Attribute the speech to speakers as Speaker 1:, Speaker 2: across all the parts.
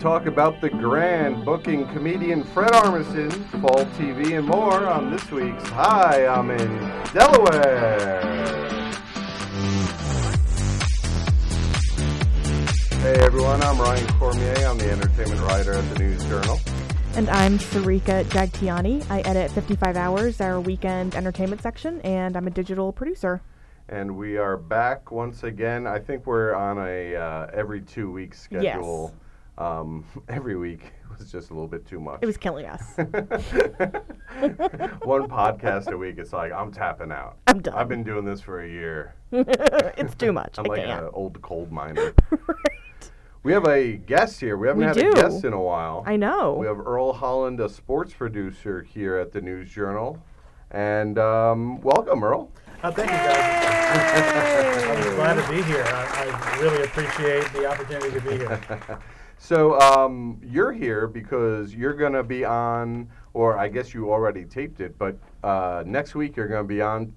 Speaker 1: talk about the grand booking comedian Fred Armisen, fall TV, and more on this week's Hi, I'm in Delaware. Hey everyone, I'm Ryan Cormier. I'm the entertainment writer at the News Journal.
Speaker 2: And I'm Sarika Jagtiani. I edit 55 Hours, our weekend entertainment section, and I'm a digital producer.
Speaker 1: And we are back once again. I think we're on a uh, every two week schedule. Um, every week was just a little bit too much.
Speaker 2: It was killing us.
Speaker 1: One podcast a week, it's like, I'm tapping out.
Speaker 2: I'm done.
Speaker 1: I've been doing this for a year.
Speaker 2: it's too much.
Speaker 1: I'm
Speaker 2: I
Speaker 1: like
Speaker 2: can't.
Speaker 3: uh,
Speaker 1: an old coal miner. We have a guest here. We haven't
Speaker 2: We
Speaker 1: had
Speaker 2: do.
Speaker 1: a guest in a while.
Speaker 2: I know.
Speaker 1: We have Earl Holland, a sports producer here at the News Journal. And um, welcome, Earl.
Speaker 3: Oh, thank you guys. I'm glad to be here. I, I really appreciate the opportunity to be here.
Speaker 1: So um, you're here because you're going to be on, or I guess you already taped it, but uh, next week you're going to be on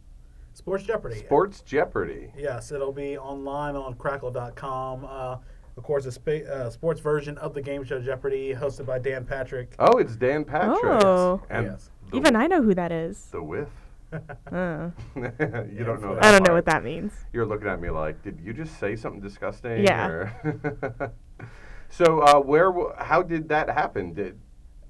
Speaker 3: Sports Jeopardy.
Speaker 1: Sports Jeopardy.
Speaker 3: Yes, it'll be online on crackle.com. Uh, of course, a spa- uh, sports version of the game show Jeopardy, hosted by Dan Patrick.
Speaker 1: Oh, it's Dan Patrick.
Speaker 2: Oh.
Speaker 1: And
Speaker 3: Yes.
Speaker 1: the,
Speaker 2: Even I know who that is.
Speaker 1: the whiff.
Speaker 2: Uh,
Speaker 1: you don't know that.
Speaker 2: I don't know
Speaker 1: part.
Speaker 2: what that means.
Speaker 1: You're looking at me like, did you just say something disgusting?
Speaker 2: Yeah.
Speaker 1: or- so uh, where, w- how did that happen? Did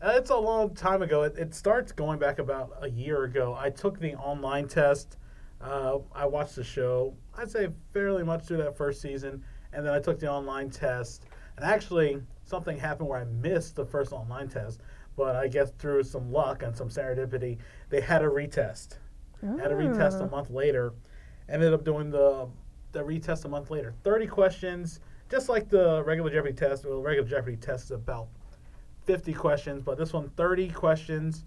Speaker 3: Uh, It's a long time ago. It, it starts going back about a year ago. I took the online test. Uh, I watched the show, I'd say fairly much through that first season. And then I took the online test. And actually, something happened where I missed the first online test. But I guess through some luck and some serendipity, they had a retest. Had a retest a month later. Ended up doing the, the retest a month later. 30 questions, just like the regular Jeopardy test. Well, regular Jeopardy test is about 50 questions, but this one 30 questions,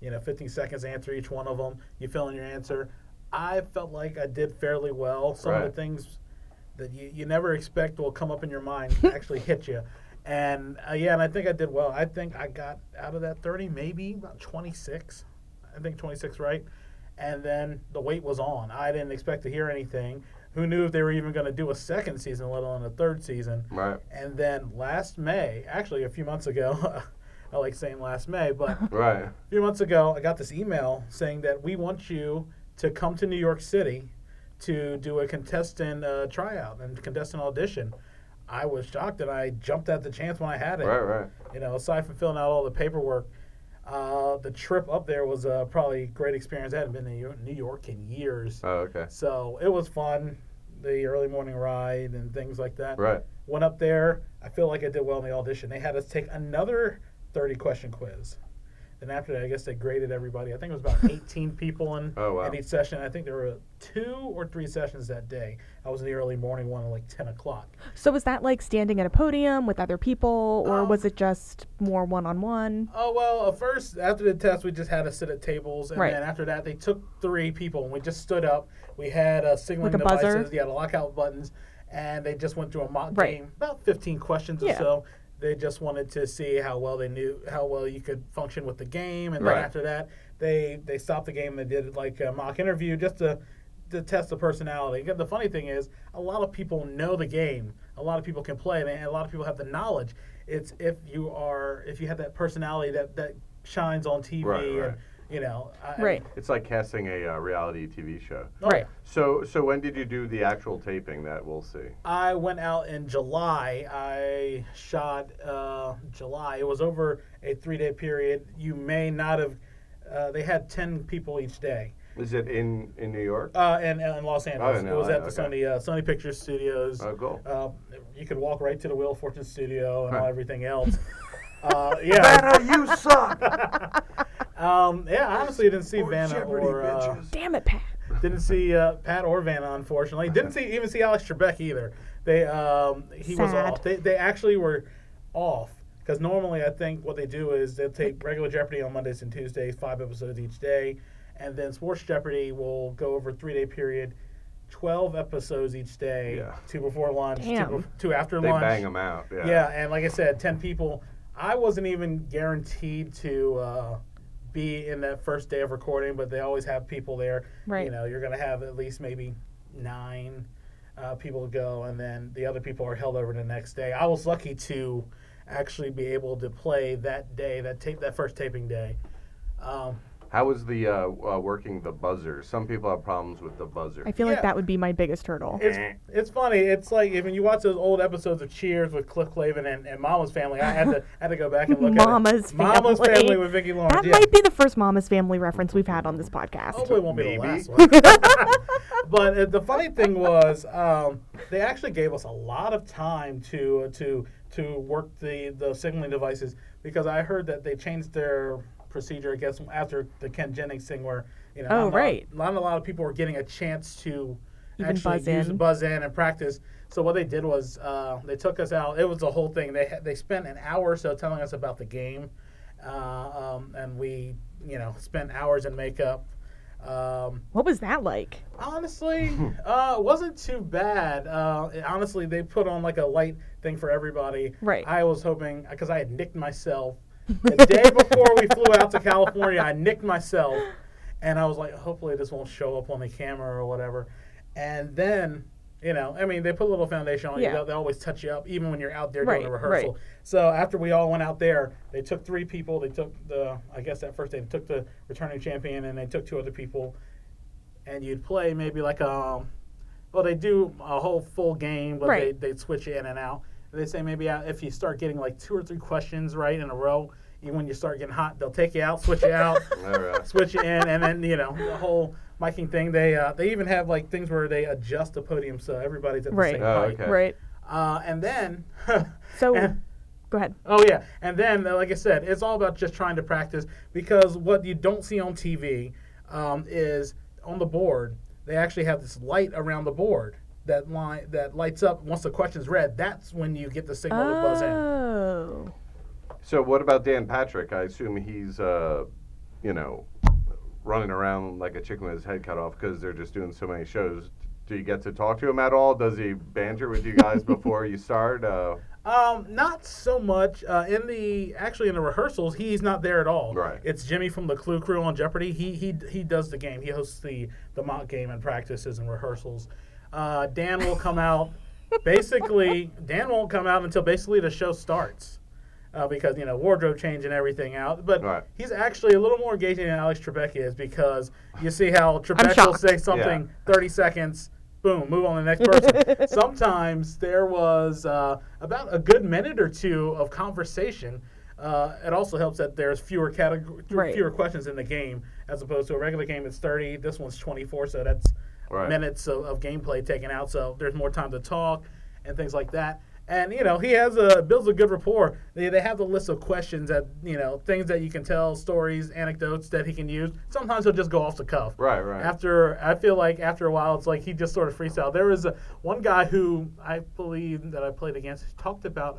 Speaker 3: you know, 15 seconds to answer each one of them. You fill in your answer. I felt like I did fairly well. Some of
Speaker 1: Right.
Speaker 3: the things that you, you never expect will come up in your mind actually hit you. And uh, yeah, and I think I did well. I think I got out of that 30, maybe about 26. I think 26, right? And then the wait was on. I didn't expect to hear anything. Who knew if they were even going to do a second season, let alone a third season?
Speaker 1: Right.
Speaker 3: And then last May, actually a few months ago, I like saying last May, but a
Speaker 1: Right.
Speaker 3: few months ago, I got this email saying that we want you to come to New York City to do a contestant uh, tryout and contestant audition. I was shocked and I jumped at the chance when I had it.
Speaker 1: Right, right.
Speaker 3: You know, aside from filling out all the paperwork, uh, the trip up there was uh, probably a great experience. I hadn't been to New- New York in years.
Speaker 1: Oh, okay.
Speaker 3: So it was fun, the early morning ride and things like that.
Speaker 1: Right.
Speaker 3: Went up there. I feel like I did well in the audition. They had us take another 30 question quiz. Then after that, I guess they graded everybody. I think it was about 18 people in,
Speaker 1: Oh, wow.
Speaker 3: in each session. I think there were two or three sessions that day. I was in the early morning one at like 10 o'clock.
Speaker 2: So was that like standing at a podium with other people, or
Speaker 3: Um,
Speaker 2: was it just more one-on-one?
Speaker 3: Oh well, at first after the test, we just had to sit at tables, and
Speaker 2: Right.
Speaker 3: then after that, they took three people, and we just stood up. We had uh, signaling
Speaker 2: Like a buzzer?
Speaker 3: devices, yeah, the lockout buttons, and they just went through a mock
Speaker 2: Right.
Speaker 3: game, about fifteen questions
Speaker 2: Yeah.
Speaker 3: or so. They just wanted to see how well they knew how well you could function with the game, and
Speaker 1: Right.
Speaker 3: then after that, they they stopped the game and did like a mock interview just to to test the personality. And the funny thing is, a lot of people know the game. A lot of people can play, it, and a lot of people have the knowledge. It's if you are if you have that personality that that shines on TV,
Speaker 1: Right, right.
Speaker 3: and you know, I,
Speaker 2: Right.
Speaker 1: It's like casting a uh, reality TV show.
Speaker 3: Oh,
Speaker 2: Right.
Speaker 1: So, so when did you do the actual taping that we'll see?
Speaker 3: I went out in July. I shot uh, July. It was over a three day period. You may not have. Uh, they had ten people each day.
Speaker 1: Is it in in New York?
Speaker 3: Uh, and, and in Los Angeles,
Speaker 1: in
Speaker 3: it was
Speaker 1: LA,
Speaker 3: at the
Speaker 1: okay.
Speaker 3: Sony uh, Sony Pictures Studios.
Speaker 1: Oh, cool.
Speaker 3: Uh, you could walk right to the Wheel of Fortune studio and
Speaker 1: Huh.
Speaker 3: all everything else. uh, yeah,
Speaker 1: you suck.
Speaker 3: um, yeah. I Honestly, didn't see Vanna
Speaker 1: Jeopardy,
Speaker 3: or uh,
Speaker 1: bitches.
Speaker 2: Damn it, Pat.
Speaker 3: didn't see uh, Pat or Vanna. Unfortunately, didn't see even see Alex Trebek either. They um, he was
Speaker 2: Sad.
Speaker 3: off. They they actually were off because normally I think what they do is they'll take regular Jeopardy on Mondays and Tuesdays, five episodes each day, and then Sports Jeopardy will go over a three day period. 12 episodes each day,
Speaker 1: Yeah.
Speaker 3: two before lunch, two,
Speaker 2: Damn.
Speaker 3: bef- two after
Speaker 1: They
Speaker 3: lunch.
Speaker 1: bang them out. Yeah.
Speaker 3: Yeah, and like I said, ten people. I wasn't even guaranteed to uh, be in that first day of recording, but they always have people there.
Speaker 2: Right.
Speaker 3: You know, you're gonna have at least maybe nine uh, people to go, and then the other people are held over the next day. I was lucky to actually be able to play that day, that tape, that first taping day. Um,
Speaker 1: How was the uh, uh, working the buzzer? Some people have problems with the buzzer.
Speaker 2: I feel
Speaker 3: Yeah.
Speaker 2: like that would be my biggest hurdle.
Speaker 3: it's, it's funny. It's like if you watch those old episodes of Cheers with Cliff Clavin and, and Mama's Family, I had to had to go back and look
Speaker 2: Mama's
Speaker 3: at it.
Speaker 2: family.
Speaker 3: Mama's Family with Vicki Lawrence.
Speaker 2: That
Speaker 3: yeah. Oh,
Speaker 2: might be the first Mama's Family reference we've had on this podcast.
Speaker 3: Hopefully, it won't be
Speaker 1: Maybe.
Speaker 3: the last one. but uh, the funny thing was, um, they actually gave us a lot of time to uh, to to work the the signaling devices because I heard that they changed their procedure. I guess after the Ken Jennings thing, where you know,
Speaker 2: Oh,
Speaker 3: not a-
Speaker 2: right.
Speaker 3: not a lot of people were getting a chance to
Speaker 2: Even
Speaker 3: actually
Speaker 2: buzz
Speaker 3: use
Speaker 2: in.
Speaker 3: buzz in and practice. So what they did was uh, they took us out. It was the whole thing. They had- they spent an hour or so telling us about the game, uh, um, and we you know spent hours in makeup. Um,
Speaker 2: What was that like?
Speaker 3: honestly, uh, it wasn't too bad. Uh, it- honestly, they put on like a light thing for everybody.
Speaker 2: Right.
Speaker 3: I was hoping because I had nicked myself the day before we flew out to California. I nicked myself, and I was like, hopefully this won't show up on the camera or whatever. And then, you know, I mean, they put a little foundation on
Speaker 2: Yeah.
Speaker 3: you. They'll, they always touch you up, even when you're out there doing a
Speaker 2: Right,
Speaker 3: rehearsal.
Speaker 2: right.
Speaker 3: So after we all went out there, they took three people. They took the, I guess that first day, they took the returning champion, and they took two other people and you'd play maybe like a well they do a whole full game but
Speaker 2: Right.
Speaker 3: they, they'd switch you in and out And they say maybe uh, if you start getting like two or three questions right in a row you, when you start getting hot they'll take you out switch you out
Speaker 1: All right.
Speaker 3: switch you in and then you know the whole miking thing they uh, they even have like things where they adjust the podium so everybody's at the
Speaker 2: Right.
Speaker 3: same
Speaker 1: Oh,
Speaker 3: height
Speaker 1: okay.
Speaker 2: Right.
Speaker 3: uh, and then
Speaker 2: So,
Speaker 3: and-
Speaker 2: go ahead.
Speaker 3: Oh yeah, and then uh, like I said, it's all about just trying to practice because what you don't see on TV um, is on the board. They actually have this light around the board that line that lights up once the question's read. That's when you get the signal to buzz in.
Speaker 2: Oh.
Speaker 1: So what about Dan Patrick? I assume he's, uh, you know, running around like a chicken with his head cut off because they're just doing so many shows. Do you get to talk to him at all? Does he banter with you guys before you start? Uh,
Speaker 3: Um, not so much uh, in the actually in the rehearsals. He's not there at all.
Speaker 1: Right.
Speaker 3: It's Jimmy from the Clue Crew on Jeopardy. He he he does the game. He hosts the the mock game and practices and rehearsals. Uh, Dan will come out. basically, Dan won't come out until basically the show starts, uh, because you know wardrobe change and everything out. But
Speaker 1: Right.
Speaker 3: he's actually a little more engaging than Alex Trebek is because you see how Trebek will
Speaker 2: shocked.
Speaker 3: say something 30 seconds, boom, move on to the next person. Sometimes there was uh, about a good minute or two of conversation. Uh, it also helps that there's fewer category,
Speaker 2: Right.
Speaker 3: fewer questions in the game as opposed to a regular game. It's 30. This one's 24, so that's
Speaker 1: Right.
Speaker 3: minutes of, of gameplay taken out. So there's more time to talk and things like that. And you know he has a builds a good rapport. They, they have the list of questions that you know things that you can tell, stories, anecdotes that he can use. Sometimes he'll just go off the cuff.
Speaker 1: Right, right.
Speaker 3: After I feel like after a while it's like he just sort of freestyle. There was a, one guy who I believe that I played against who talked about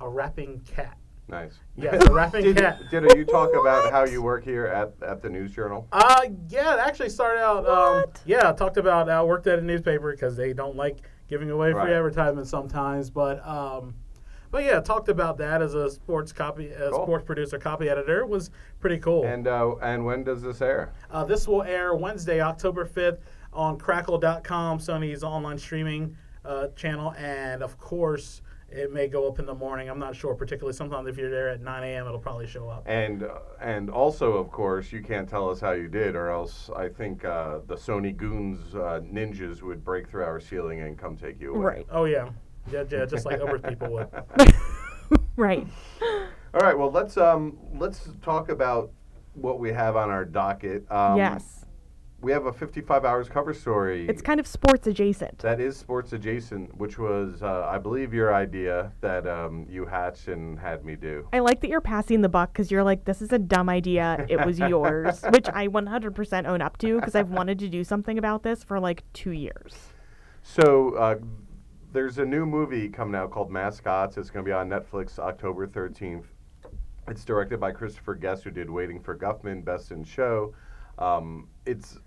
Speaker 3: a, a rapping cat.
Speaker 1: nice.
Speaker 3: Yes, a rapping
Speaker 1: Did,
Speaker 3: cat.
Speaker 1: did you talk about how you work here at, at the News Journal?
Speaker 3: Uh, yeah, it actually started out. Um,
Speaker 2: What?
Speaker 3: yeah, I talked about I worked at a newspaper because they don't like giving away
Speaker 1: Right.
Speaker 3: free advertisements sometimes. But um, but yeah, talked about that as a sports copy, a
Speaker 1: Cool.
Speaker 3: sports producer, copy editor It was pretty cool.
Speaker 1: And uh, and when does this air?
Speaker 3: Uh, this will air Wednesday, October 5th on crackle.com, Sony's online streaming uh, channel. And of course, it may go up in the morning. I'm not sure, particularly sometimes if you're there at 9 a.m., it'll probably show up.
Speaker 1: And uh, and also, of course, you can't tell us how you did, or else I think uh, the Sony goons uh, ninjas would break through our ceiling and come take you away.
Speaker 2: Right.
Speaker 3: Oh, yeah. Yeah, yeah, just like over people would.
Speaker 2: Right.
Speaker 1: All right. Well, let's um let's talk about what we have on our docket. Um,
Speaker 2: yes.
Speaker 1: We have a 55 hours cover story.
Speaker 2: It's kind of sports adjacent.
Speaker 1: that is sports adjacent, which was, uh, I believe, your idea that um, you hatched and had me do.
Speaker 2: I like that you're passing the buck because you're like, this is a dumb idea. It was yours, which I 100% own up to because I've wanted to do something about this for like two years.
Speaker 1: So uh, there's a new movie coming out called Mascots. It's going to be on Netflix October 13th. It's directed by Christopher Guest, who did Waiting for Guffman, Best in Show. Um, it's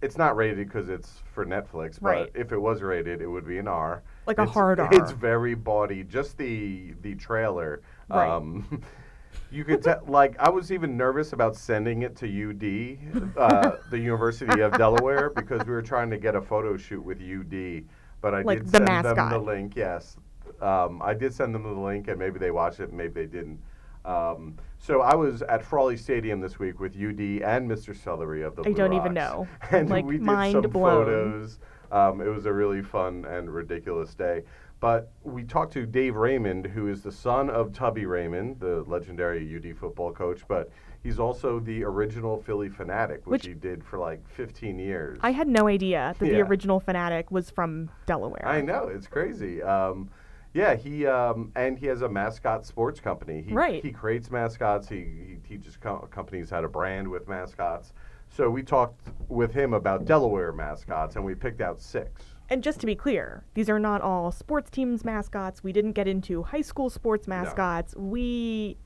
Speaker 1: it's not rated because it's for Netflix, but
Speaker 2: Right.
Speaker 1: if it was rated, it would be an R.
Speaker 2: Like a
Speaker 1: It's-
Speaker 2: hard R.
Speaker 1: It's very bawdy. Just the the trailer.
Speaker 2: Right.
Speaker 1: Um, you could tell. Like I was even nervous about sending it to UD, uh, the University of Delaware, because we were trying to get a photo shoot with UD. But I
Speaker 2: Like
Speaker 1: did
Speaker 2: the
Speaker 1: send them
Speaker 2: mascot.
Speaker 1: the link. Yes, Um, I did send them the link, and maybe they watched it, maybe they didn't. Um, so I was at Frawley Stadium this week with UD and Mr. Celery of the.
Speaker 2: I
Speaker 1: Blue
Speaker 2: don't even
Speaker 1: Rocks.
Speaker 2: know.
Speaker 1: And
Speaker 2: Like,
Speaker 1: we did
Speaker 2: mind
Speaker 1: some
Speaker 2: blown.
Speaker 1: photos. Um, it was a really fun and ridiculous day. But we talked to Dave Raymond, who is the son of Tubby Raymond, the legendary UD football coach, but he's also the original Philly fanatic, which,
Speaker 2: Which-
Speaker 1: he did for like 15 years.
Speaker 2: I had no idea that the
Speaker 1: Yeah.
Speaker 2: original fanatic was from Delaware.
Speaker 1: I know it's crazy. Um, yeah, he um, and he has a mascot sports company. He,
Speaker 2: Right.
Speaker 1: He creates mascots. He he teaches co- companies how to brand with mascots. So we talked with him about Delaware mascots, and we picked out six.
Speaker 2: And just to be clear, these are not all sports teams mascots. We didn't get into high school sports mascots. We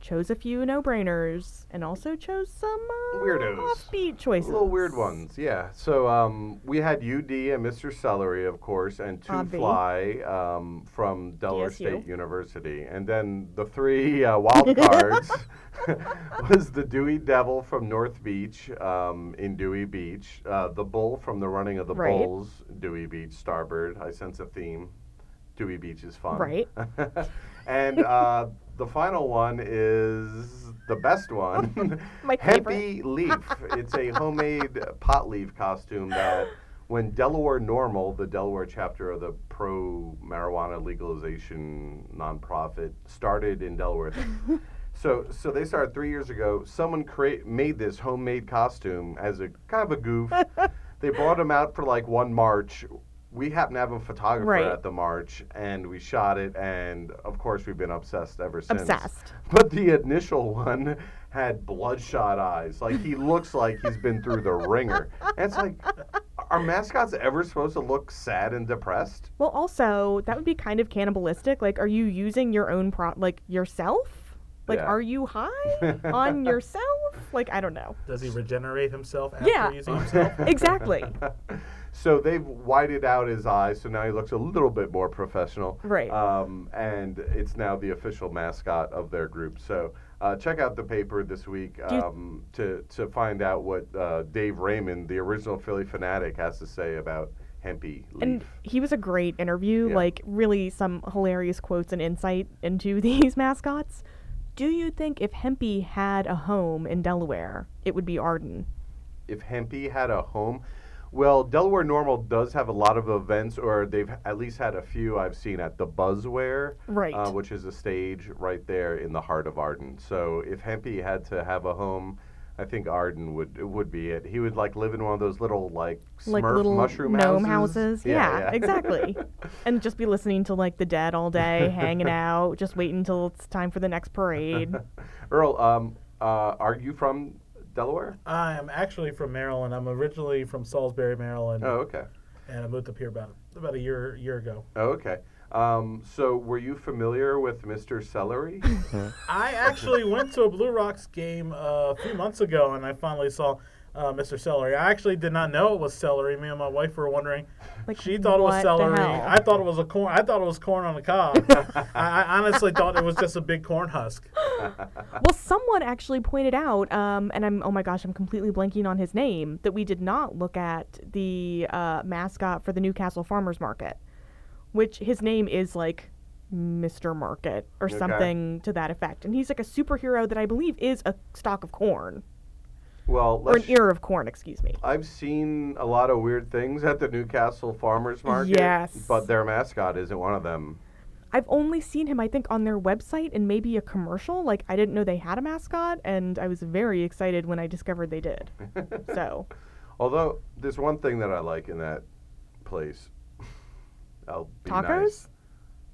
Speaker 2: chose a few no-brainers and also chose some uh,
Speaker 1: Weirdos.
Speaker 2: offbeat choices.
Speaker 1: Little weird ones, yeah. So um, we had UD and Mr. Celery, of course, and Two
Speaker 2: Obvi.
Speaker 1: Fly um, from Delaware
Speaker 2: DSU.
Speaker 1: State University. And then the three uh, wild cards was the Dewey Devil from North Beach um, in Dewey Beach, uh, the Bull from the Running of the
Speaker 2: Right.
Speaker 1: Bulls, Dewey Beach, Starboard. I sense a theme. Dewey Beach is fun.
Speaker 2: Right.
Speaker 1: and uh, the final one is the best one.
Speaker 2: My
Speaker 1: Hempy leaf. It's a homemade pot leaf costume that when Delaware Normal, the Delaware chapter of the pro marijuana legalization nonprofit, started in Delaware. so so they started three years ago. Someone create made this homemade costume as a kind of a goof. they brought him out for like one march. We happen to have a photographer
Speaker 2: Right.
Speaker 1: at the march, and we shot it. And of course, we've been obsessed ever since.
Speaker 2: Obsessed.
Speaker 1: But the initial one had bloodshot eyes. Like he looks like he's been through the ringer. And it's like, are mascots ever supposed to look sad and depressed?
Speaker 2: Well, also that would be kind of cannibalistic. Like, are you using your own pro? Like yourself? Like,
Speaker 1: Yeah.
Speaker 2: are you high on yourself? Like, I don't know.
Speaker 3: Does he regenerate himself after
Speaker 2: Yeah.
Speaker 3: using himself?
Speaker 2: Exactly.
Speaker 1: So they've whited out his eyes, so now he looks a little bit more professional.
Speaker 2: Right.
Speaker 1: Um, and it's now the official mascot of their group. So uh, check out the paper this week
Speaker 2: Do you-
Speaker 1: um, to, to find out what uh, Dave Raymond, the original Philly fanatic, has to say about Hempy Leaf.
Speaker 2: And he was a great interview.
Speaker 1: Yeah.
Speaker 2: Like, really, some hilarious quotes and insight into these mascots. Do you think if Hempy had a home in Delaware, it would be Arden?
Speaker 1: if Hempy had a home. Well, Delaware Normal does have a lot of events, or they've at least had a few I've seen at the Buzzware,
Speaker 2: Right.
Speaker 1: uh, which is a stage right there in the heart of Arden. So if Hempy had to have a home, I think Arden would would be it. He would like live in one of those little like Smurf
Speaker 2: like little
Speaker 1: mushroom
Speaker 2: gnome
Speaker 1: houses.
Speaker 2: houses. Yeah, exactly. and just be listening to like the dead all day, hanging out, just waiting until it's time for the next parade.
Speaker 1: Earl, um, uh, are you from Delaware?
Speaker 3: I am actually from Maryland. I'm originally from Salisbury, Maryland,
Speaker 1: Oh, okay.
Speaker 3: and I moved up here about about a year year ago.
Speaker 1: Oh, okay. Um, so were you familiar with Mr. Celery?
Speaker 3: I actually went to a Blue Rocks game uh, a few months ago, and I finally saw uh, Mr. Celery. I actually did not know it was celery. Me and my wife were wondering.
Speaker 2: Like,
Speaker 3: she thought it was
Speaker 2: what the
Speaker 3: celery.
Speaker 2: hell?
Speaker 3: I thought it was a corn. I thought it was corn on the cob. I, I honestly thought it was just a big corn husk.
Speaker 2: well, someone actually pointed out, um, and I'm oh my gosh, I'm completely blanking on his name, that we did not look at the uh, mascot for the Newcastle Farmers Market, which his name is like Mr. Market or
Speaker 1: Okay.
Speaker 2: something to that effect, and he's like a superhero that I believe is a stalk of corn
Speaker 1: Well,
Speaker 2: or an
Speaker 1: let's
Speaker 2: ear of corn, excuse me.
Speaker 1: I've seen a lot of weird things at the Newcastle Farmers Market.
Speaker 2: Yes.
Speaker 1: But their mascot isn't one of them.
Speaker 2: I've only seen him, I think, on their website and maybe a commercial. Like, I didn't know they had a mascot, and I was very excited when I discovered they did. so,
Speaker 1: Although there's one thing that I like in that place. I'll be
Speaker 2: tacos?
Speaker 1: nice.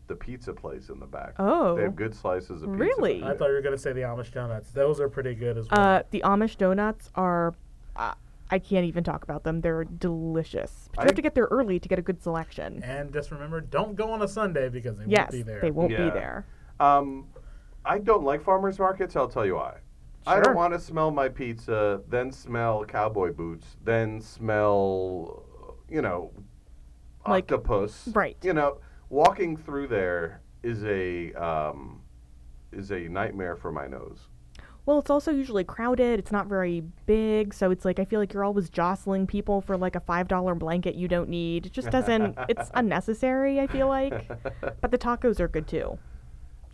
Speaker 1: The pizza place in the back.
Speaker 2: Oh.
Speaker 1: They have good slices of pizza.
Speaker 2: Really?
Speaker 1: there.
Speaker 3: I thought you were going to say the Amish donuts. Those are pretty good as well.
Speaker 2: Uh, the Amish donuts are. Uh, I can't even talk about them. They're delicious. But you
Speaker 1: I-
Speaker 2: have to get there early to get a good selection.
Speaker 3: and just remember, don't go on a Sunday because they
Speaker 2: Yes,
Speaker 3: won't be there.
Speaker 2: they won't
Speaker 1: Yeah.
Speaker 2: be there.
Speaker 1: Um, I don't like farmers markets. I'll tell you why. I don't
Speaker 2: Sure.
Speaker 1: want to smell my pizza, then smell cowboy boots, then smell, you know,
Speaker 2: Like-
Speaker 1: octopus.
Speaker 2: right.
Speaker 1: You know, walking through there is a um, is a nightmare for my nose.
Speaker 2: Well, it's also usually crowded. It's not very big, so it's like I feel like you're always jostling people for like a five dollar blanket you don't need. It just doesn't. it's unnecessary. I feel like, but the tacos are good too.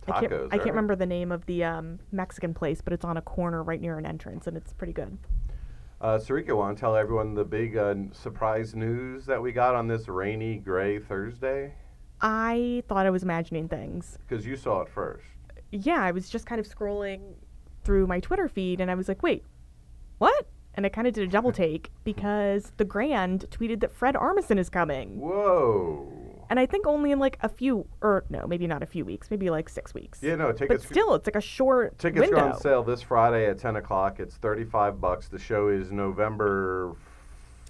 Speaker 2: I can't,
Speaker 1: Tacos
Speaker 2: I can't
Speaker 1: are-
Speaker 2: remember the name of the um, Mexican place, but it's on a corner right near an entrance, and it's pretty good.
Speaker 1: Uh, Sarika, want to tell everyone the big uh, n- surprise news that we got on this rainy, gray Thursday?
Speaker 2: I thought I was imagining things.
Speaker 1: Because you saw it first.
Speaker 2: yeah, I was just kind of scrolling through my Twitter feed and I was like, wait, what? And I kind of did a double take because the Grand tweeted that Fred Armisen is coming.
Speaker 1: Whoa.
Speaker 2: And I think only in like a few, or no, maybe not a few weeks, maybe like six weeks.
Speaker 1: Yeah, no,
Speaker 2: but
Speaker 1: tickets.
Speaker 2: still, it's like a short
Speaker 1: Tickets
Speaker 2: window.
Speaker 1: go on sale this Friday at 10 o'clock. It's 35 bucks. The show is November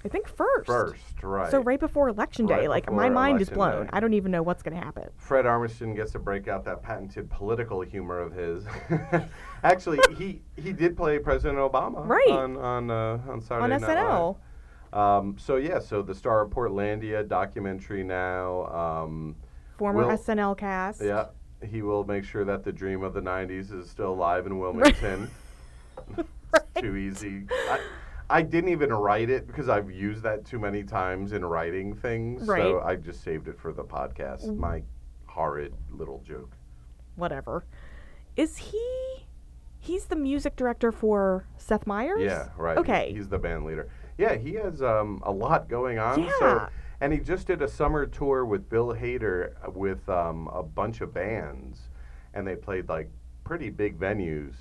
Speaker 2: I think first.
Speaker 1: 1st, right.
Speaker 2: So right before election day,
Speaker 1: Right
Speaker 2: like my
Speaker 1: before
Speaker 2: mind is
Speaker 1: election
Speaker 2: blown.
Speaker 1: day.
Speaker 2: I don't even know what's going to happen.
Speaker 1: Fred Armisen gets to break out that patented political humor of his. Actually, he, he did play President Obama
Speaker 2: Right.
Speaker 1: on on uh, on Saturday Night
Speaker 2: on
Speaker 1: Live.
Speaker 2: SNL,
Speaker 1: Um, so yeah, so the star of Portlandia documentary now. Um,
Speaker 2: former
Speaker 1: Will-
Speaker 2: SNL cast.
Speaker 1: yeah, he will make sure that the dream of the '90s is still alive in Wilmington. It's too easy. I, I didn't even write it because I've used that too many times in writing things. So
Speaker 2: Right. Mm.
Speaker 1: I just saved it for the podcast. My horrid little joke.
Speaker 2: Whatever. Is he. He's the music director for Seth Meyers?
Speaker 1: Yeah, right.
Speaker 2: Okay.
Speaker 1: He's the band leader. Yeah, he has um, a lot going on. So,
Speaker 2: Yeah.
Speaker 1: and he just did a summer tour with Bill Hader uh, with um, a bunch of bands, and they played like pretty big venues.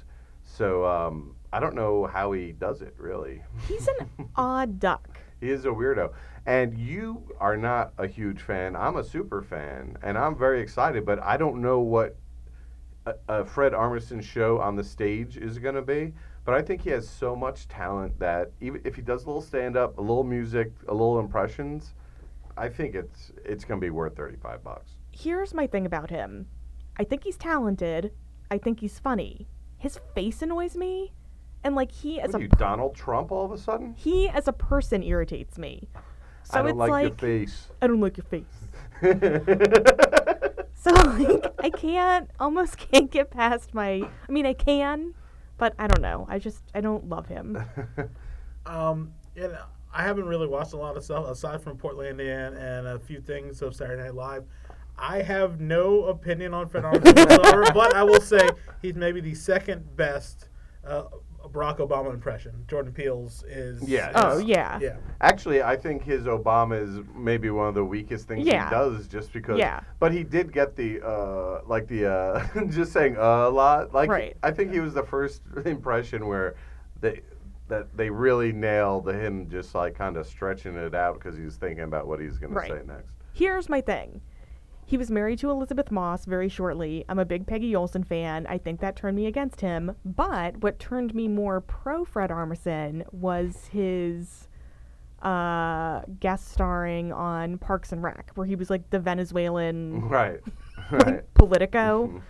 Speaker 1: So um, I don't know how he does it really.
Speaker 2: He's an odd duck.
Speaker 1: He is a weirdo. And you are not a huge fan. I'm a super fan, and I'm very excited. But I don't know what a, a Fred Armisen show on the stage is going to be. But I think he has so much talent that even if he does a little stand up, a little music, a little impressions, I think it's it's going to be worth thirty five bucks.
Speaker 2: Here's my thing about him I think he's talented, I think he's funny. His face annoys me, and like he as
Speaker 1: What
Speaker 2: a
Speaker 1: are you
Speaker 2: per-
Speaker 1: Donald Trump all of a sudden?
Speaker 2: he as a person irritates me. So
Speaker 1: I don't
Speaker 2: it's
Speaker 1: like, your face.
Speaker 2: I don't like your face. So like I can't almost can't get past my I mean I can, but I don't know. I just I don't love him.
Speaker 3: Um, and I haven't really watched a lot of stuff aside from Portlandia and, and a few things of Saturday Night Live. I have no opinion on Fred Armisen whatsoever, but I will say he's maybe the second best uh, Barack Obama impression. Jordan Peele's is
Speaker 1: Yeah,
Speaker 2: Oh
Speaker 1: Yes.
Speaker 2: yeah.
Speaker 3: yeah.
Speaker 1: Actually, I think his Obama is maybe one of the weakest things
Speaker 2: Yeah.
Speaker 1: he does, just because.
Speaker 2: Yeah.
Speaker 1: But he did get the uh, like the uh, just saying uh, a lot. Like
Speaker 2: Right.
Speaker 1: I think he was the first impression where they that they really nailed him, just like kind of stretching it out because he's thinking about what he's going
Speaker 2: Right.
Speaker 1: to say next.
Speaker 2: Here's my thing. He was married to Elizabeth Moss very shortly. I'm a big Peggy Olson fan. I think that turned me against him. But what turned me more pro Fred Armisen was his uh, guest starring on Parks and Rec, where he was like the Venezuelan
Speaker 1: Right. Right.
Speaker 2: Politico.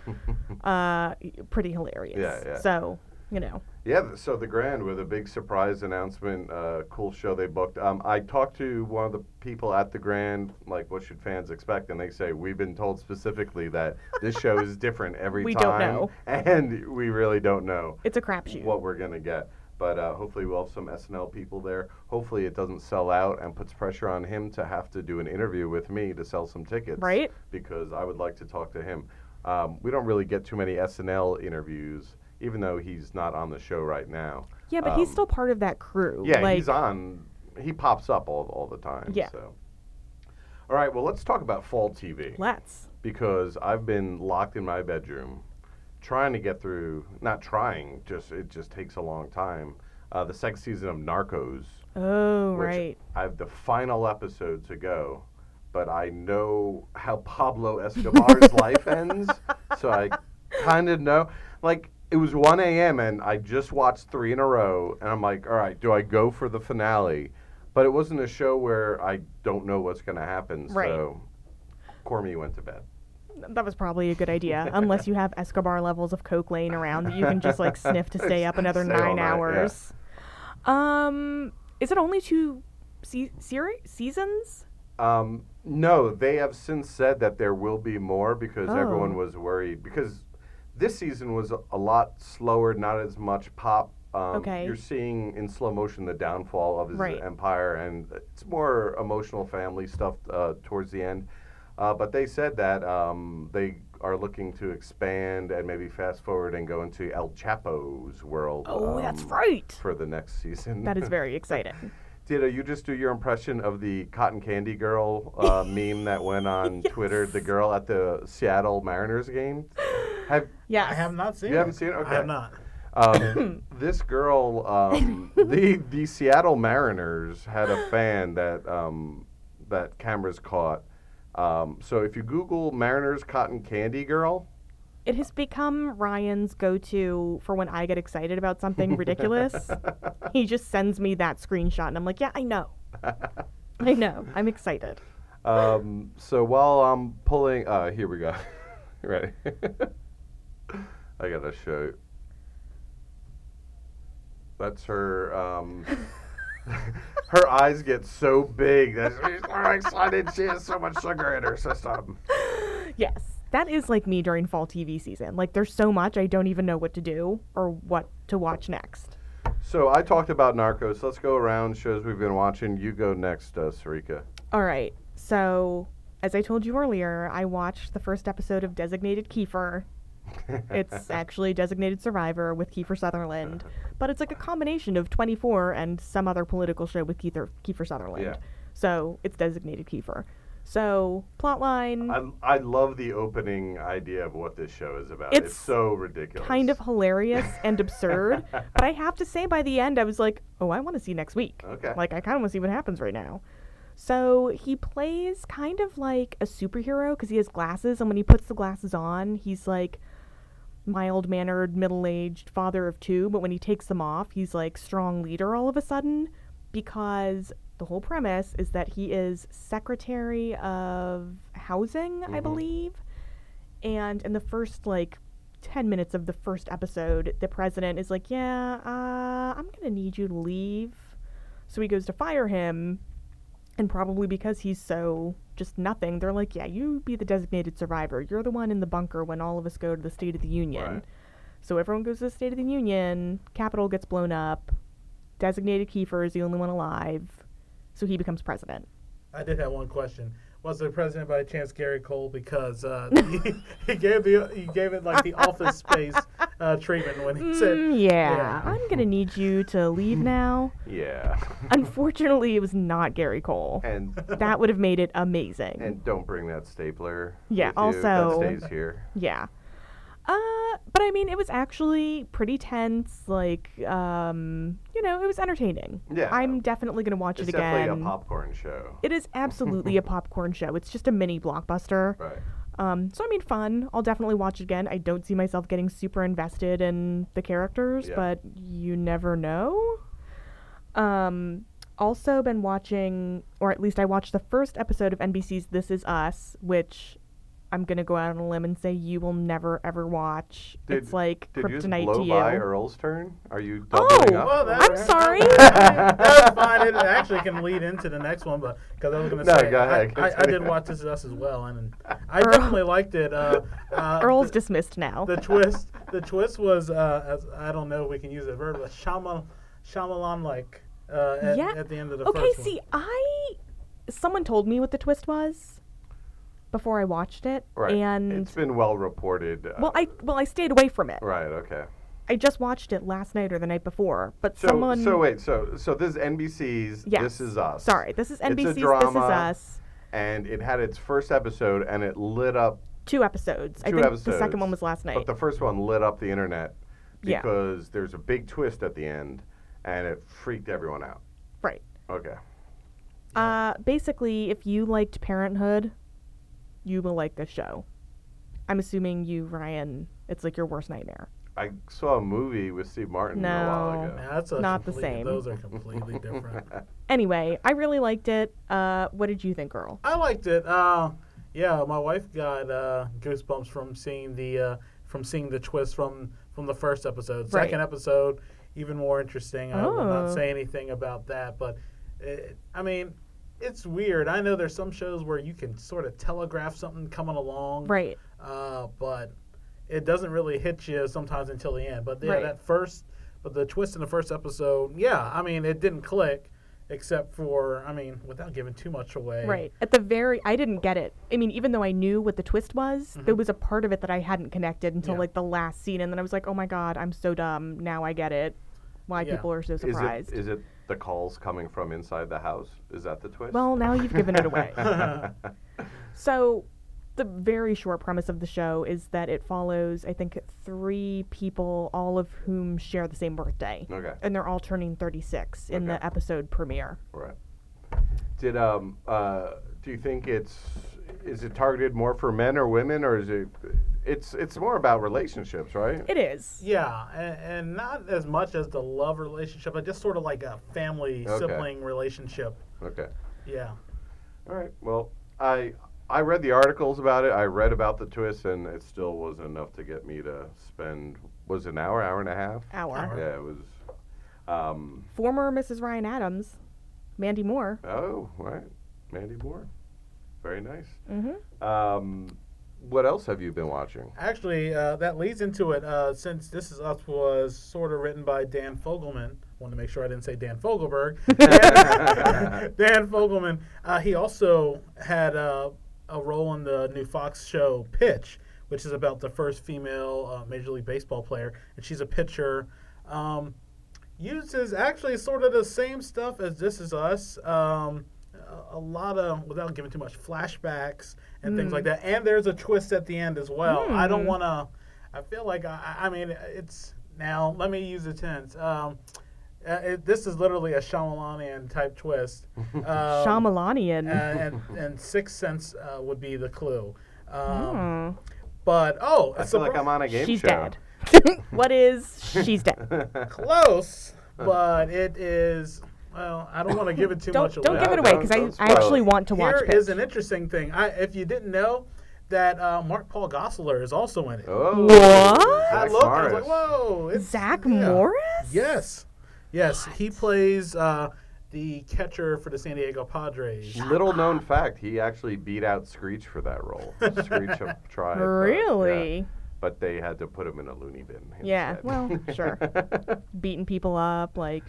Speaker 2: uh, pretty hilarious.
Speaker 1: Yeah, yeah.
Speaker 2: So, you know,
Speaker 1: Yeah, th- so the Grand with a big surprise announcement, uh, cool show they booked. Um, I talked to one of the people at the Grand, like, what should fans expect? And they say, we've been told specifically that this show is different every
Speaker 2: We don't
Speaker 1: time.
Speaker 2: know.
Speaker 1: And we really don't know
Speaker 2: it's a crapshoot.
Speaker 1: what we're going to get. But uh, hopefully we'll have some SNL people there. Hopefully it doesn't sell out and puts pressure on him to have to do an interview with me to sell some tickets.
Speaker 2: Right.
Speaker 1: Because I would like to talk to him. Um, we don't really get too many SNL interviews, even though he's not on the show right now.
Speaker 2: yeah, but he's
Speaker 1: um,
Speaker 2: still part of that crew.
Speaker 1: Yeah,
Speaker 2: like,
Speaker 1: he's on. He pops up all all the time.
Speaker 2: Yeah.
Speaker 1: So. All right. Well, let's talk about fall TV
Speaker 2: Let's.
Speaker 1: because I've been locked in my bedroom, trying to get through. Not trying. Just it just takes a long time. Uh, the second season of Narcos.
Speaker 2: Oh,
Speaker 1: Which
Speaker 2: right.
Speaker 1: I have the final episode to go, but I know how Pablo Escobar's life ends, so I kind of know. Like, it was 1 a.m., and I just watched three in a row, and I'm like, all right, do I go for the finale? But it wasn't a show where I don't know what's going to happen,
Speaker 2: Right.
Speaker 1: so Cormie went to bed.
Speaker 2: That was probably a good idea, unless you have Escobar levels of coke laying around that you can just like sniff to stay up another
Speaker 1: Stay all
Speaker 2: nine
Speaker 1: night, yeah.
Speaker 2: hours. Um, is it only two se- seri- seasons?
Speaker 1: Um, no, they have since said that there will be more because
Speaker 2: Oh.
Speaker 1: everyone was worried because This season was a, a lot slower, not as much pop. Um,
Speaker 2: Okay.
Speaker 1: You're seeing in slow motion the downfall of his
Speaker 2: Right.
Speaker 1: empire, and it's more emotional family stuff uh, towards the end. Uh, but they said that um, they are looking to expand and maybe fast forward and go into El Chapo's world.
Speaker 2: Oh, that's
Speaker 1: um,
Speaker 2: right.
Speaker 1: For the next season.
Speaker 2: That is very exciting.
Speaker 1: Ditto, you just do your impression of the Cotton Candy Girl uh, meme that went on Twitter, the girl at the Seattle Mariners game. Have
Speaker 2: Yes.
Speaker 3: I have not seen
Speaker 1: You
Speaker 3: it.
Speaker 1: haven't seen it?
Speaker 3: I
Speaker 1: Okay.
Speaker 3: have not.
Speaker 1: um, this girl, um, the the Seattle Mariners had a fan that um, that cameras caught. Um, so if you Google Mariners Cotton Candy Girl,
Speaker 2: It has become Ryan's go to for when I get excited about something ridiculous. he just sends me that screenshot, and I'm like, yeah, I know. I know. I'm excited.
Speaker 1: Um, so while I'm pulling, uh, here we go. Ready? I gotta show. That's her. Um, her eyes get so big. That's she's "Oh, so excited. She has so much sugar in her system.
Speaker 2: Yes. That is like me during fall TV season. Like, there's so much I don't even know what to do or what to watch next.
Speaker 1: So I talked about Narcos. Let's go around shows we've been watching. You go next, uh, Sarika.
Speaker 2: All right. So, as I told you earlier, I watched the first episode of Designated Kiefer. It's actually Designated Survivor with Kiefer Sutherland, but it's like a combination of 24 and some other political show with Kiefer, Kiefer Sutherland.
Speaker 1: Yeah.
Speaker 2: So, it's Designated Kiefer. So, plotline
Speaker 1: I, I love the opening idea of what this show is about. It's,
Speaker 2: It's
Speaker 1: so ridiculous.
Speaker 2: kind of hilarious and absurd, but I have to say by the end I was like, "Oh, I want to see next week."
Speaker 1: Okay.
Speaker 2: Like I kind of want to see what happens right now. So he plays kind of like a superhero because he has glasses, and when he puts the glasses on, he's like mild mannered, middle aged father of two. But when he takes them off, he's like strong leader all of a sudden because the whole premise is that he is secretary of housing, I
Speaker 1: Mhm.
Speaker 2: believe. And in the first like 10 minutes of the first episode, the president is like, Yeah, uh, I'm going to need you to leave. So he goes to fire him. And probably because he's so just nothing, they're like, Yeah, you be the designated survivor. You're the one in the bunker when all of us go to the State of the Union.
Speaker 1: Right.
Speaker 2: So everyone goes to the State of the Union. Capitol gets blown up. Designated Kiefer is the only one alive. So he becomes president.
Speaker 3: I did have one question. Was the president by chance Gary Cole? Because uh, he, he gave the he gave it like the office space uh, treatment when he said,
Speaker 2: Mm, yeah, I'm going to need you to leave now.
Speaker 1: Yeah.
Speaker 2: Unfortunately, it was not Gary Cole.
Speaker 1: and
Speaker 2: That would have made it amazing.
Speaker 1: And don't bring that stapler.
Speaker 2: Yeah,
Speaker 1: with you.
Speaker 2: also-
Speaker 1: that stays here.
Speaker 2: yeah. Uh, but I mean, it was actually pretty tense. Like, um, you know, it was entertaining.
Speaker 1: Yeah.
Speaker 2: I'm definitely gonna watch
Speaker 1: It's
Speaker 2: it again.
Speaker 1: definitely a popcorn show.
Speaker 2: it is absolutely a popcorn show. It's just a mini blockbuster.
Speaker 1: right.
Speaker 2: Um, so I mean, fun. I'll definitely watch it again. I don't see myself getting super invested in the characters,
Speaker 1: Yeah.
Speaker 2: but you never know. Um, also been watching, or at least I watched the first episode of NBC's This Is Us, which I'm gonna go out on a limb and say you will never ever watch.
Speaker 1: Did-
Speaker 2: it's like
Speaker 1: Did you just
Speaker 2: kryptonite
Speaker 1: blow
Speaker 2: to you.
Speaker 1: by Earl's turn? Are you
Speaker 2: Oh!
Speaker 1: doubling up?
Speaker 3: "Well,
Speaker 2: I'm sorry.
Speaker 3: That's fine. It actually can lead into the next one, but because I was going to
Speaker 1: No,
Speaker 3: say,
Speaker 1: go
Speaker 3: I-
Speaker 1: ahead.
Speaker 3: I, I, did watch This Is Us as well, and I definitely liked it. Uh, uh,
Speaker 2: Earl's
Speaker 3: the,
Speaker 2: dismissed now.
Speaker 3: the twist. The twist was uh, as, I don't know if we can use that word, but Shama, Shyamalan like uh, at,
Speaker 2: Yeah.
Speaker 3: at the end of the
Speaker 2: okay,
Speaker 3: first one.
Speaker 2: see, I someone told me what the twist was before I watched it,
Speaker 1: Right.
Speaker 2: and
Speaker 1: it's been well reported. uh,
Speaker 2: Well, I well I stayed away from it.
Speaker 1: Right. Okay.
Speaker 2: I just watched it last night or the night before, but
Speaker 1: So
Speaker 2: someone.
Speaker 1: so wait so so this is NBC's
Speaker 2: Yes.
Speaker 1: This Is Us.
Speaker 2: Sorry, this is
Speaker 1: a
Speaker 2: NBC's. This is
Speaker 1: drama.
Speaker 2: us.
Speaker 1: And it had its first episode and it lit up
Speaker 2: Two episodes. I
Speaker 1: Two
Speaker 2: think the
Speaker 1: episodes,
Speaker 2: second one was last night.
Speaker 1: But the first one lit up the internet
Speaker 2: Yeah.
Speaker 1: because there's a big twist at the end and it freaked everyone out.
Speaker 2: right.
Speaker 1: Okay.
Speaker 2: Uh, basically, if you liked Parenthood, you will like this show. I'm assuming you, Ryan. It's like your worst nightmare.
Speaker 1: I saw a movie with Steve Martin a while
Speaker 2: No.
Speaker 1: ago.
Speaker 3: Now, that's a
Speaker 2: Not the
Speaker 3: complete-
Speaker 2: same.
Speaker 3: Those are completely different.
Speaker 2: Anyway, I really liked it. Uh, what did you think, Earl?
Speaker 3: I liked it. Uh, yeah, my wife got uh, goosebumps from seeing the uh, from seeing the twist from from the first episode.
Speaker 2: Right.
Speaker 3: Second episode, even more interesting. I will
Speaker 2: Oh.
Speaker 3: not say anything about that, but it, I mean, it's weird. I know Mm. there's some shows where you can sort of telegraph something coming along,
Speaker 2: Right.
Speaker 3: Uh, but it doesn't really hit you sometimes until the end. But yeah,
Speaker 2: Right.
Speaker 3: that first, but the twist in the first episode, yeah, I mean, it didn't click, except for, I mean, without giving too much away.
Speaker 2: Right. At the very, I didn't get it. I mean, even though I knew what the twist was,
Speaker 1: Mm-hmm.
Speaker 2: there was a part of it that I hadn't connected until
Speaker 3: Yeah.
Speaker 2: like the last scene, and then I was like, "Oh my god, I'm so dumb. Now I get it. Why
Speaker 3: Yeah.
Speaker 2: people are so
Speaker 1: Is
Speaker 2: surprised."
Speaker 1: it, is it the calls coming from inside the house? Is that the twist?
Speaker 2: Well, now you've given it away. so, the very short premise of the show is that it follows, I think, three people, all of whom share the same birthday.
Speaker 1: Okay.
Speaker 2: And they're all turning 36 in
Speaker 1: Okay.
Speaker 2: the episode premiere.
Speaker 1: Right. Did um uh do you think it's is it targeted more for men or women or is it it's it's more about relationships, right?
Speaker 2: It is.
Speaker 3: Yeah, and, and not as much as the love relationship, but just sort of like a family
Speaker 1: Okay.
Speaker 3: sibling relationship.
Speaker 1: Okay.
Speaker 3: Yeah.
Speaker 1: All right. Well, I I read the articles about it. I read about the twist and it still wasn't enough to get me to spend was it an hour, hour and a half?
Speaker 2: Our
Speaker 3: Hour.
Speaker 1: Yeah, it was um
Speaker 2: former Mrs. Ryan Adams, Mandy Moore.
Speaker 1: oh, right. Mandy Moore. Very nice.
Speaker 2: Mm-hmm.
Speaker 1: Um what else have you been watching?
Speaker 3: Actually, uh, that leads into it. Uh, since This Is Us was sort of written by Dan Fogelman, wanted to make sure I didn't say Dan Fogelberg. Dan, Dan Fogelman. Uh, he also had uh, a role in the new Fox show Pitch, which is about the first female uh, Major League Baseball player, and she's a pitcher. Um, uses actually sort of the same stuff as This Is Us. Um, a- a lot of without giving too much flashbacks and things
Speaker 2: Hmm.
Speaker 3: like that. And there's a twist at the end as well. I don't want to. I feel like I, I I mean it's now. Let me use the tense. Um, uh, it, this is literally a Shyamalanian type twist. Um,
Speaker 2: Shyamalanian.
Speaker 3: and, and and Sixth Sense uh, would be the clue. Um,
Speaker 2: Mm.
Speaker 3: But oh,
Speaker 1: I feel like I'm on a game
Speaker 2: She's
Speaker 1: show.
Speaker 2: dead. what is she's dead?
Speaker 3: close, but it is. Well, I don't want to give it too
Speaker 2: Don't
Speaker 3: much
Speaker 2: don't
Speaker 3: away.
Speaker 2: give it
Speaker 1: No,
Speaker 2: away
Speaker 1: don't-
Speaker 2: because I,
Speaker 1: don't
Speaker 2: I
Speaker 1: spoil
Speaker 2: actually
Speaker 1: it.
Speaker 2: want to watch
Speaker 3: Here
Speaker 2: it.
Speaker 3: is an interesting thing. I, if you didn't know that uh, Mark Paul Gosselaar is also in it.
Speaker 1: Oh,
Speaker 2: What?
Speaker 3: I
Speaker 1: Zach
Speaker 3: looked. I was like,
Speaker 1: Morris.
Speaker 3: whoa! It's,
Speaker 2: Zach
Speaker 3: yeah.
Speaker 2: Morris?
Speaker 3: Yes, yes. He plays uh, the catcher for the San Diego Padres.
Speaker 1: Little known fact, he actually beat out Screech for that role. Screech have tried. but, yeah.
Speaker 2: Really?
Speaker 1: But they had to put him in a loony bin.
Speaker 2: Yeah,
Speaker 1: instead.
Speaker 2: well, sure. Beating people up, like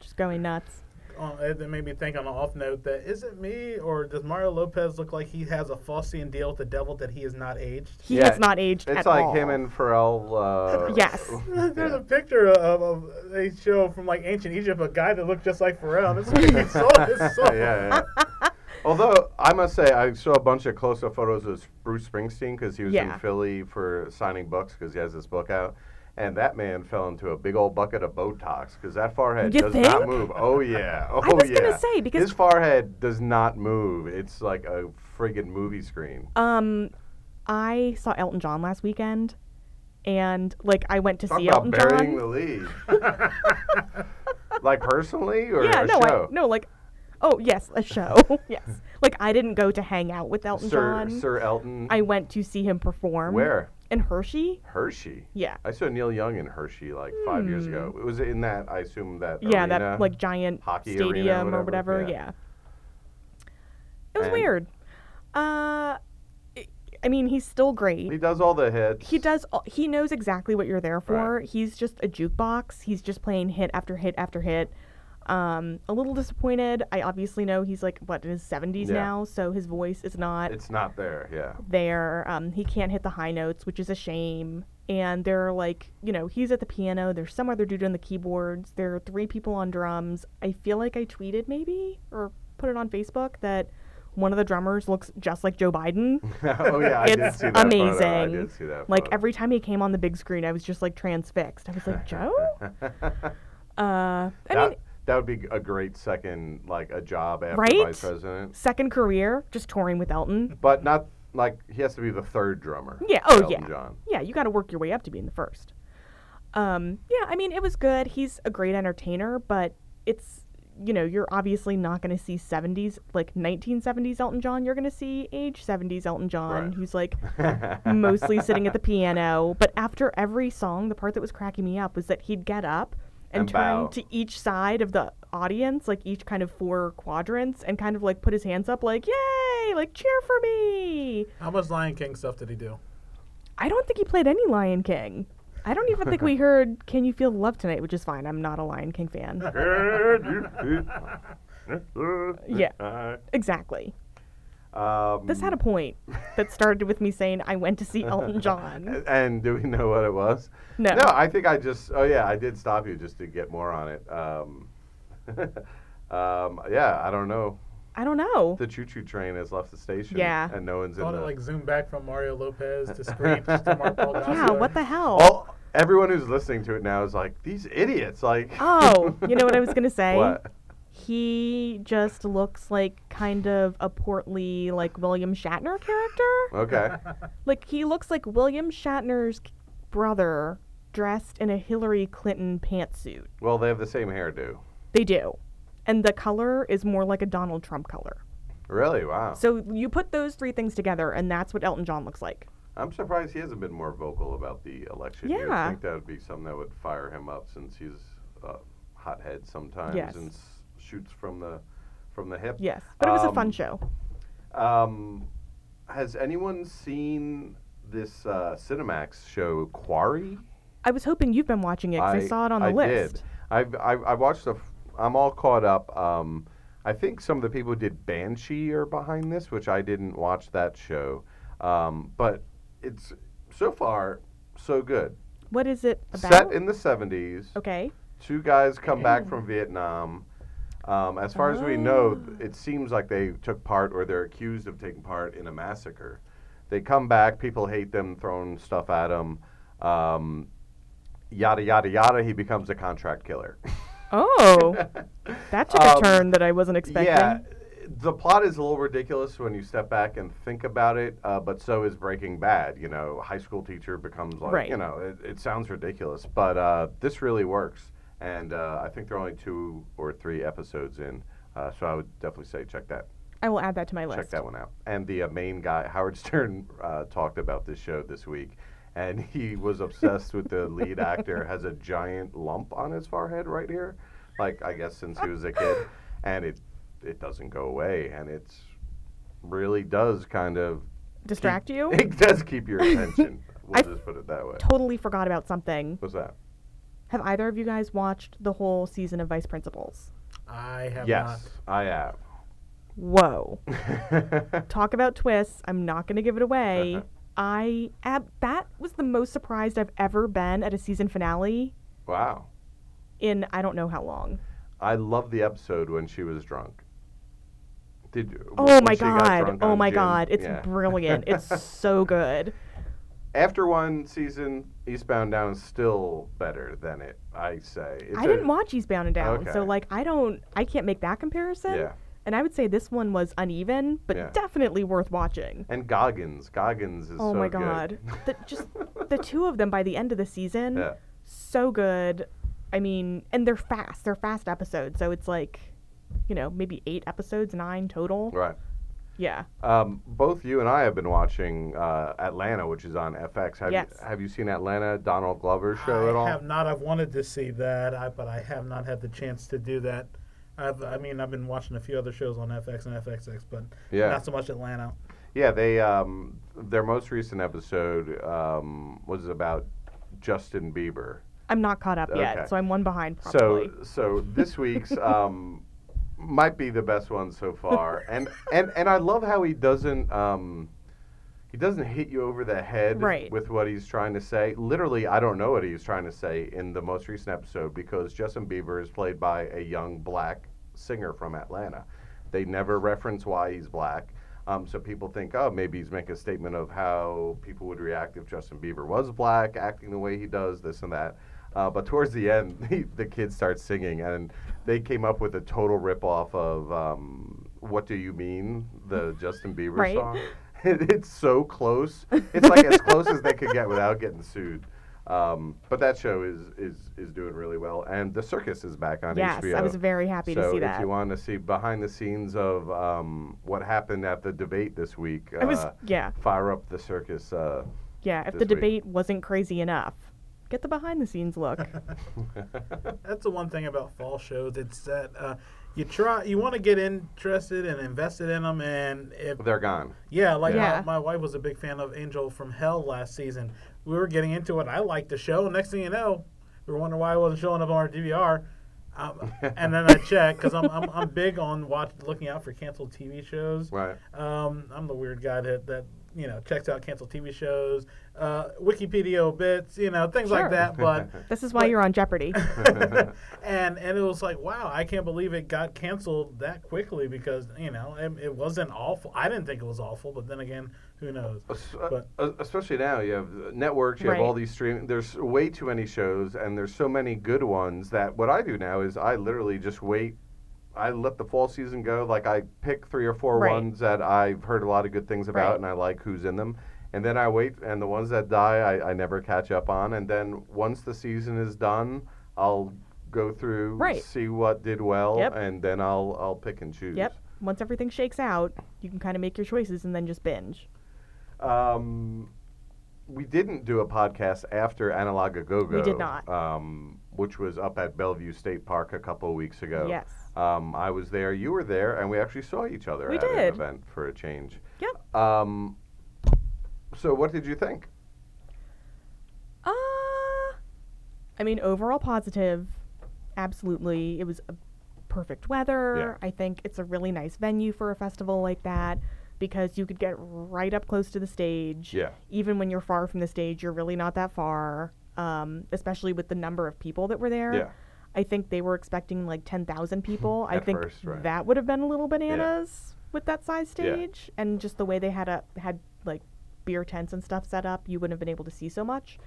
Speaker 2: just going nuts.
Speaker 3: Uh, it it made me think on an off note that is it me or does Mario Lopez look like he has a Faustian deal with the devil that he is not aged?
Speaker 2: He
Speaker 1: Yeah,
Speaker 2: has not aged
Speaker 1: it's
Speaker 2: at
Speaker 1: like
Speaker 2: all.
Speaker 1: him and Pharrell. Uh,
Speaker 2: Yes.
Speaker 3: There's a picture of, of they show from like ancient Egypt a guy that looked just like Pharrell. This is sold his soul.
Speaker 1: yeah, yeah. yeah. Although I must say, I saw a bunch of close-up photos of Bruce Springsteen because he was
Speaker 2: Yeah.
Speaker 1: in Philly for signing books because he has this book out, and that man fell into a big old bucket of Botox because that forehead
Speaker 2: You
Speaker 1: does not
Speaker 2: think?
Speaker 1: move. Oh yeah, oh
Speaker 2: was
Speaker 1: yeah.
Speaker 2: gonna say, because-
Speaker 1: his forehead does not move. It's like a friggin' movie screen.
Speaker 2: Um, I saw Elton John last weekend, and like I went to
Speaker 1: Talk
Speaker 2: see
Speaker 1: about
Speaker 2: Elton
Speaker 1: burying
Speaker 2: John.
Speaker 1: the lead. like personally or
Speaker 2: yeah,
Speaker 1: a
Speaker 2: no,
Speaker 1: show?
Speaker 2: I, no, like, oh yes, a show. yes, like I didn't go to hang out with Elton
Speaker 1: Sir
Speaker 2: John.
Speaker 1: Sir Elton.
Speaker 2: I went to see him perform.
Speaker 1: Where?
Speaker 2: In Hershey.
Speaker 1: Hershey.
Speaker 2: Yeah.
Speaker 1: I saw Neil Young in Hershey like five years ago. It was in that I assume that
Speaker 2: Hmm. Yeah,
Speaker 1: arena.
Speaker 2: that like giant
Speaker 1: hockey arena or
Speaker 2: stadium or
Speaker 1: whatever,
Speaker 2: whatever.
Speaker 1: yeah.
Speaker 2: Yeah. It was
Speaker 1: And-
Speaker 2: weird. Uh, I- I mean, he's still great.
Speaker 1: he does all the hits.
Speaker 2: he does all, he knows exactly what you're there for he's just a jukebox he's just playing hit after hit after hit um, a little disappointed i obviously know he's like what in his 70s
Speaker 1: Yeah.
Speaker 2: now so his voice is not
Speaker 1: It's not there. Yeah.
Speaker 2: there um, he can't hit the high notes which is a shame and they're like you know he's at the piano there's some other dude on the keyboards there are three people on drums i feel like i tweeted maybe or put it on facebook that one of the drummers looks just like joe biden
Speaker 1: oh yeah, I did
Speaker 2: It's
Speaker 1: see that Photo. I
Speaker 2: amazing.
Speaker 1: did see that.
Speaker 2: like
Speaker 1: photo.
Speaker 2: every time he came on the big screen, I was just like transfixed. I was like, Joe? uh, I
Speaker 1: that,
Speaker 2: mean,
Speaker 1: that would be a great second like a job after
Speaker 2: Right?
Speaker 1: vice president,
Speaker 2: second career, just touring with Elton.
Speaker 1: but not like he has to be the third drummer.
Speaker 2: Yeah. Oh,
Speaker 1: Elton
Speaker 2: yeah.
Speaker 1: John.
Speaker 2: Yeah, you got to work your way up to being the first. Um, yeah, I mean, it was good. He's a great entertainer, but it's, you know, you're obviously not going to see 70s, like 1970s Elton John. You're going to see age 70s Elton John,
Speaker 1: Right.
Speaker 2: who's like mostly sitting at the piano. But after every song, the part that was cracking me up was that he'd get up and,
Speaker 1: And
Speaker 2: turn
Speaker 1: bow.
Speaker 2: to each side of the audience, like each kind of four quadrants, and kind of like put his hands up, like, yay, like cheer for me.
Speaker 3: How much Lion King stuff did he do?
Speaker 2: I don't think he played any Lion King. I don't even think we heard "Can You Feel the Love Tonight," which is fine. I'm not a Lion King fan. Yeah. exactly.
Speaker 1: Um,
Speaker 2: This had a point that started with me saying I went to see Elton John.
Speaker 1: And do we know what it was?
Speaker 2: No.
Speaker 1: No, I think I just. Oh yeah, I did stop you just to get more on it. Um, um, yeah, I don't know.
Speaker 2: I don't know.
Speaker 1: The choo-choo train has left the station.
Speaker 2: Yeah.
Speaker 1: And no one's in
Speaker 3: Thought
Speaker 1: the.
Speaker 3: it like zoomed back from Mario Lopez to Screech to Mark Paul
Speaker 2: Yeah,
Speaker 3: Gosselaar.
Speaker 2: what the hell?
Speaker 1: all, everyone who's listening to it now is like these idiots. Like.
Speaker 2: Oh, you know what I was gonna say?
Speaker 1: What?
Speaker 2: He just looks like kind of a portly, like William Shatner character.
Speaker 1: Okay.
Speaker 2: Like he looks like William Shatner's k- brother dressed in a Hillary Clinton pantsuit.
Speaker 1: Well, they have the same hairdo.
Speaker 2: They do. And the color is more like a Donald Trump color.
Speaker 1: Really? Wow.
Speaker 2: So you put those three things together, and that's what Elton John looks like.
Speaker 1: I'm surprised he hasn't been more vocal about the election. You would
Speaker 2: Yeah.
Speaker 1: think that would be something that would fire him up since he's a hothead sometimes
Speaker 2: Yes.
Speaker 1: and s- shoots from the from the hip.
Speaker 2: Yes. But it was a fun
Speaker 1: Um,
Speaker 2: show.
Speaker 1: Um, has anyone seen this uh, Cinemax show Quarry?
Speaker 2: I was hoping you've been watching it 'cause I, saw it on the
Speaker 1: I
Speaker 2: list.
Speaker 1: Did. I've, I've, I watched the. F- I'm all caught up. Um, I think some of the people who did Banshee are behind this, which I didn't watch that show. Um, but it's so far so good.
Speaker 2: What is it about?
Speaker 1: Set in the 70s.
Speaker 2: okay.
Speaker 1: Two guys come back from Vietnam. Um, as far as we know, th- it seems like they took part or they're accused of taking part in a massacre. They come back, people hate them, throwing stuff at them. Um, yada, yada, yada. He becomes a contract killer.
Speaker 2: Oh, that took a
Speaker 1: Um,
Speaker 2: turn that I wasn't expecting.
Speaker 1: Yeah, the plot is a little ridiculous when you step back and think about it, uh, but so is Breaking Bad. You know, high school teacher becomes like,
Speaker 2: Right.
Speaker 1: you know, it, it sounds ridiculous, but uh, this really works. And uh, I think there are only two or three episodes in, uh, so I would definitely say check that
Speaker 2: I will add that to my list.
Speaker 1: check that one out. And the uh, main guy, Howard Stern, uh, talked about this show this week, and he was obsessed with the lead actor has a giant lump on his forehead right here, like I guess since he was a kid, and it it doesn't go away, and it's really does kind of
Speaker 2: Distract you?
Speaker 1: it does keep your attention. We'll
Speaker 2: I-
Speaker 1: just put it that way.
Speaker 2: totally forgot about something.
Speaker 1: What's that?
Speaker 2: Have either of you guys watched the whole season of Vice Principals?
Speaker 3: I have
Speaker 1: yes, I have.
Speaker 2: Whoa. Talk about twists. I'm not going to give it away.
Speaker 1: Uh-huh.
Speaker 2: I ab- that was the most surprised I've ever been at a season finale
Speaker 1: wow,
Speaker 2: in I don't know how long.
Speaker 1: I love the episode when she was drunk. Did you-
Speaker 2: Oh
Speaker 1: when
Speaker 2: my
Speaker 1: she got
Speaker 2: god.
Speaker 1: drunk
Speaker 2: Oh
Speaker 1: on
Speaker 2: my
Speaker 1: gin.
Speaker 2: god. It's
Speaker 1: Yeah.
Speaker 2: brilliant. It's so good.
Speaker 1: after one season, Eastbound Down is still better than it. I say. It's
Speaker 2: I
Speaker 1: a-
Speaker 2: didn't watch Eastbound and Down, so
Speaker 1: Okay.
Speaker 2: like I don't I can't make that comparison.
Speaker 1: Yeah.
Speaker 2: And I would say this one was uneven, but
Speaker 1: Yeah.
Speaker 2: definitely worth watching.
Speaker 1: And Goggins, Goggins is
Speaker 2: Oh
Speaker 1: so
Speaker 2: my
Speaker 1: good.
Speaker 2: god. The, just the two of them by the end of the season,
Speaker 1: Yeah.
Speaker 2: so good. I mean, and they're fast. They're fast episodes, so it's like, you know, maybe 8 episodes, 9 total.
Speaker 1: Right.
Speaker 2: Yeah.
Speaker 1: Um, both you and I have been watching uh, Atlanta, which is on FX. Have
Speaker 2: Yes.
Speaker 1: you, Have you seen Atlanta? Donald Glover's
Speaker 3: not.
Speaker 1: show
Speaker 3: I
Speaker 1: at all?
Speaker 3: have not. I've wanted to see that, I, but I have not had the chance to do that. I've, I mean, I've been watching a few other shows on FX and FXX, but
Speaker 1: Yeah.
Speaker 3: not so much Atlanta.
Speaker 1: Yeah, they um, their most recent episode um, was about Justin Bieber.
Speaker 2: I'm not caught up
Speaker 1: Okay.
Speaker 2: yet, so I'm one behind probably.
Speaker 1: So so this week's um, might be the best one so far, and and and I love how he doesn't um, he doesn't hit you over the head
Speaker 2: Right.
Speaker 1: with what he's trying to say. Literally, I don't know what he's trying to say in the most recent episode because Justin Bieber is played by a young black singer from Atlanta. They never reference why he's black. Um, so people think, oh, maybe he's making a statement of how people would react if Justin Bieber was black, acting the way he does, this and that. Uh, but towards the end, the, the kid starts singing, and they came up with a total ripoff of um, "What Do You Mean?" the Justin Bieber
Speaker 2: Right.
Speaker 1: song. It, it's so close. It's like as close as they could get without getting sued. Um, but that show is, is is doing really well, and the circus is back on
Speaker 2: yes,
Speaker 1: HBO.
Speaker 2: I was very happy to
Speaker 1: So
Speaker 2: see
Speaker 1: if
Speaker 2: that.
Speaker 1: you want to see behind the scenes of um, what happened at the debate this week, uh,
Speaker 2: I was yeah.
Speaker 1: fire up the circus. Uh,
Speaker 2: Yeah, if the
Speaker 1: this week.
Speaker 2: debate wasn't crazy enough, Get the behind the scenes look.
Speaker 3: That's the one thing about fall shows. It's that uh, you try, you want to get interested and invested in them, and if
Speaker 1: They're gone.
Speaker 3: yeah, like
Speaker 2: Yeah.
Speaker 3: My, my wife was a big fan of Angel from Hell last season. We were getting into it. I liked the show. Next thing you know, we were wondering why it wasn't showing up on our DVR. Um, and then I check because I'm, I'm I'm big on watch looking out for canceled TV shows.
Speaker 1: Right.
Speaker 3: Um, I'm the weird guy that, that you know checks out canceled TV shows, uh, Wikipedia bits, you know things
Speaker 2: Sure.
Speaker 3: like that. But
Speaker 2: This is why you're on Jeopardy.
Speaker 3: and and it was like, wow, I can't believe it got canceled that quickly because you know it, it wasn't awful. I didn't think it was awful, but then again, who knows?
Speaker 1: Es-
Speaker 3: But
Speaker 1: uh, Especially now, you have uh, networks, you have all
Speaker 2: Right.
Speaker 1: these streaming. There's way too many shows, and there's so many good ones that what I do now is I literally just wait. I let the fall season go. Like I pick three or four
Speaker 2: Right.
Speaker 1: ones that I've heard a lot of good things about,
Speaker 2: Right.
Speaker 1: and I like who's in them. And then I wait, and the ones that die, I, I never catch up on. And then once the season is done, I'll go through,
Speaker 2: Right.
Speaker 1: see what did well,
Speaker 2: Yep.
Speaker 1: and then I'll I'll pick and choose.
Speaker 2: Yep. Once everything shakes out, you can kind of make your choices and then just binge.
Speaker 1: Um, we didn't do a podcast after Analog a Go Go.
Speaker 2: We did not.
Speaker 1: Um, which was up at Bellevue State Park a couple of weeks ago.
Speaker 2: Yes.
Speaker 1: Um, I was there, you were there, and we actually saw each other
Speaker 2: We
Speaker 1: at an
Speaker 2: did.
Speaker 1: event for a change.
Speaker 2: Yep.
Speaker 1: Um, so, what did you think?
Speaker 2: Uh, I mean, overall positive. Absolutely. It was a perfect weather. I think it's a really nice venue for a festival like that because you could get right up close to the stage.
Speaker 1: Yeah.
Speaker 2: Even when you're far from the stage, you're really not that far, um, especially with the number of people that were there.
Speaker 1: Yeah.
Speaker 2: I think they were expecting like 10,000 people. I
Speaker 1: At
Speaker 2: think
Speaker 1: first, right.
Speaker 2: that would have been a little bananas with that size
Speaker 1: Yeah.
Speaker 2: stage and just the way they had a had like beer tents and stuff set up, you wouldn't have been able to see so much.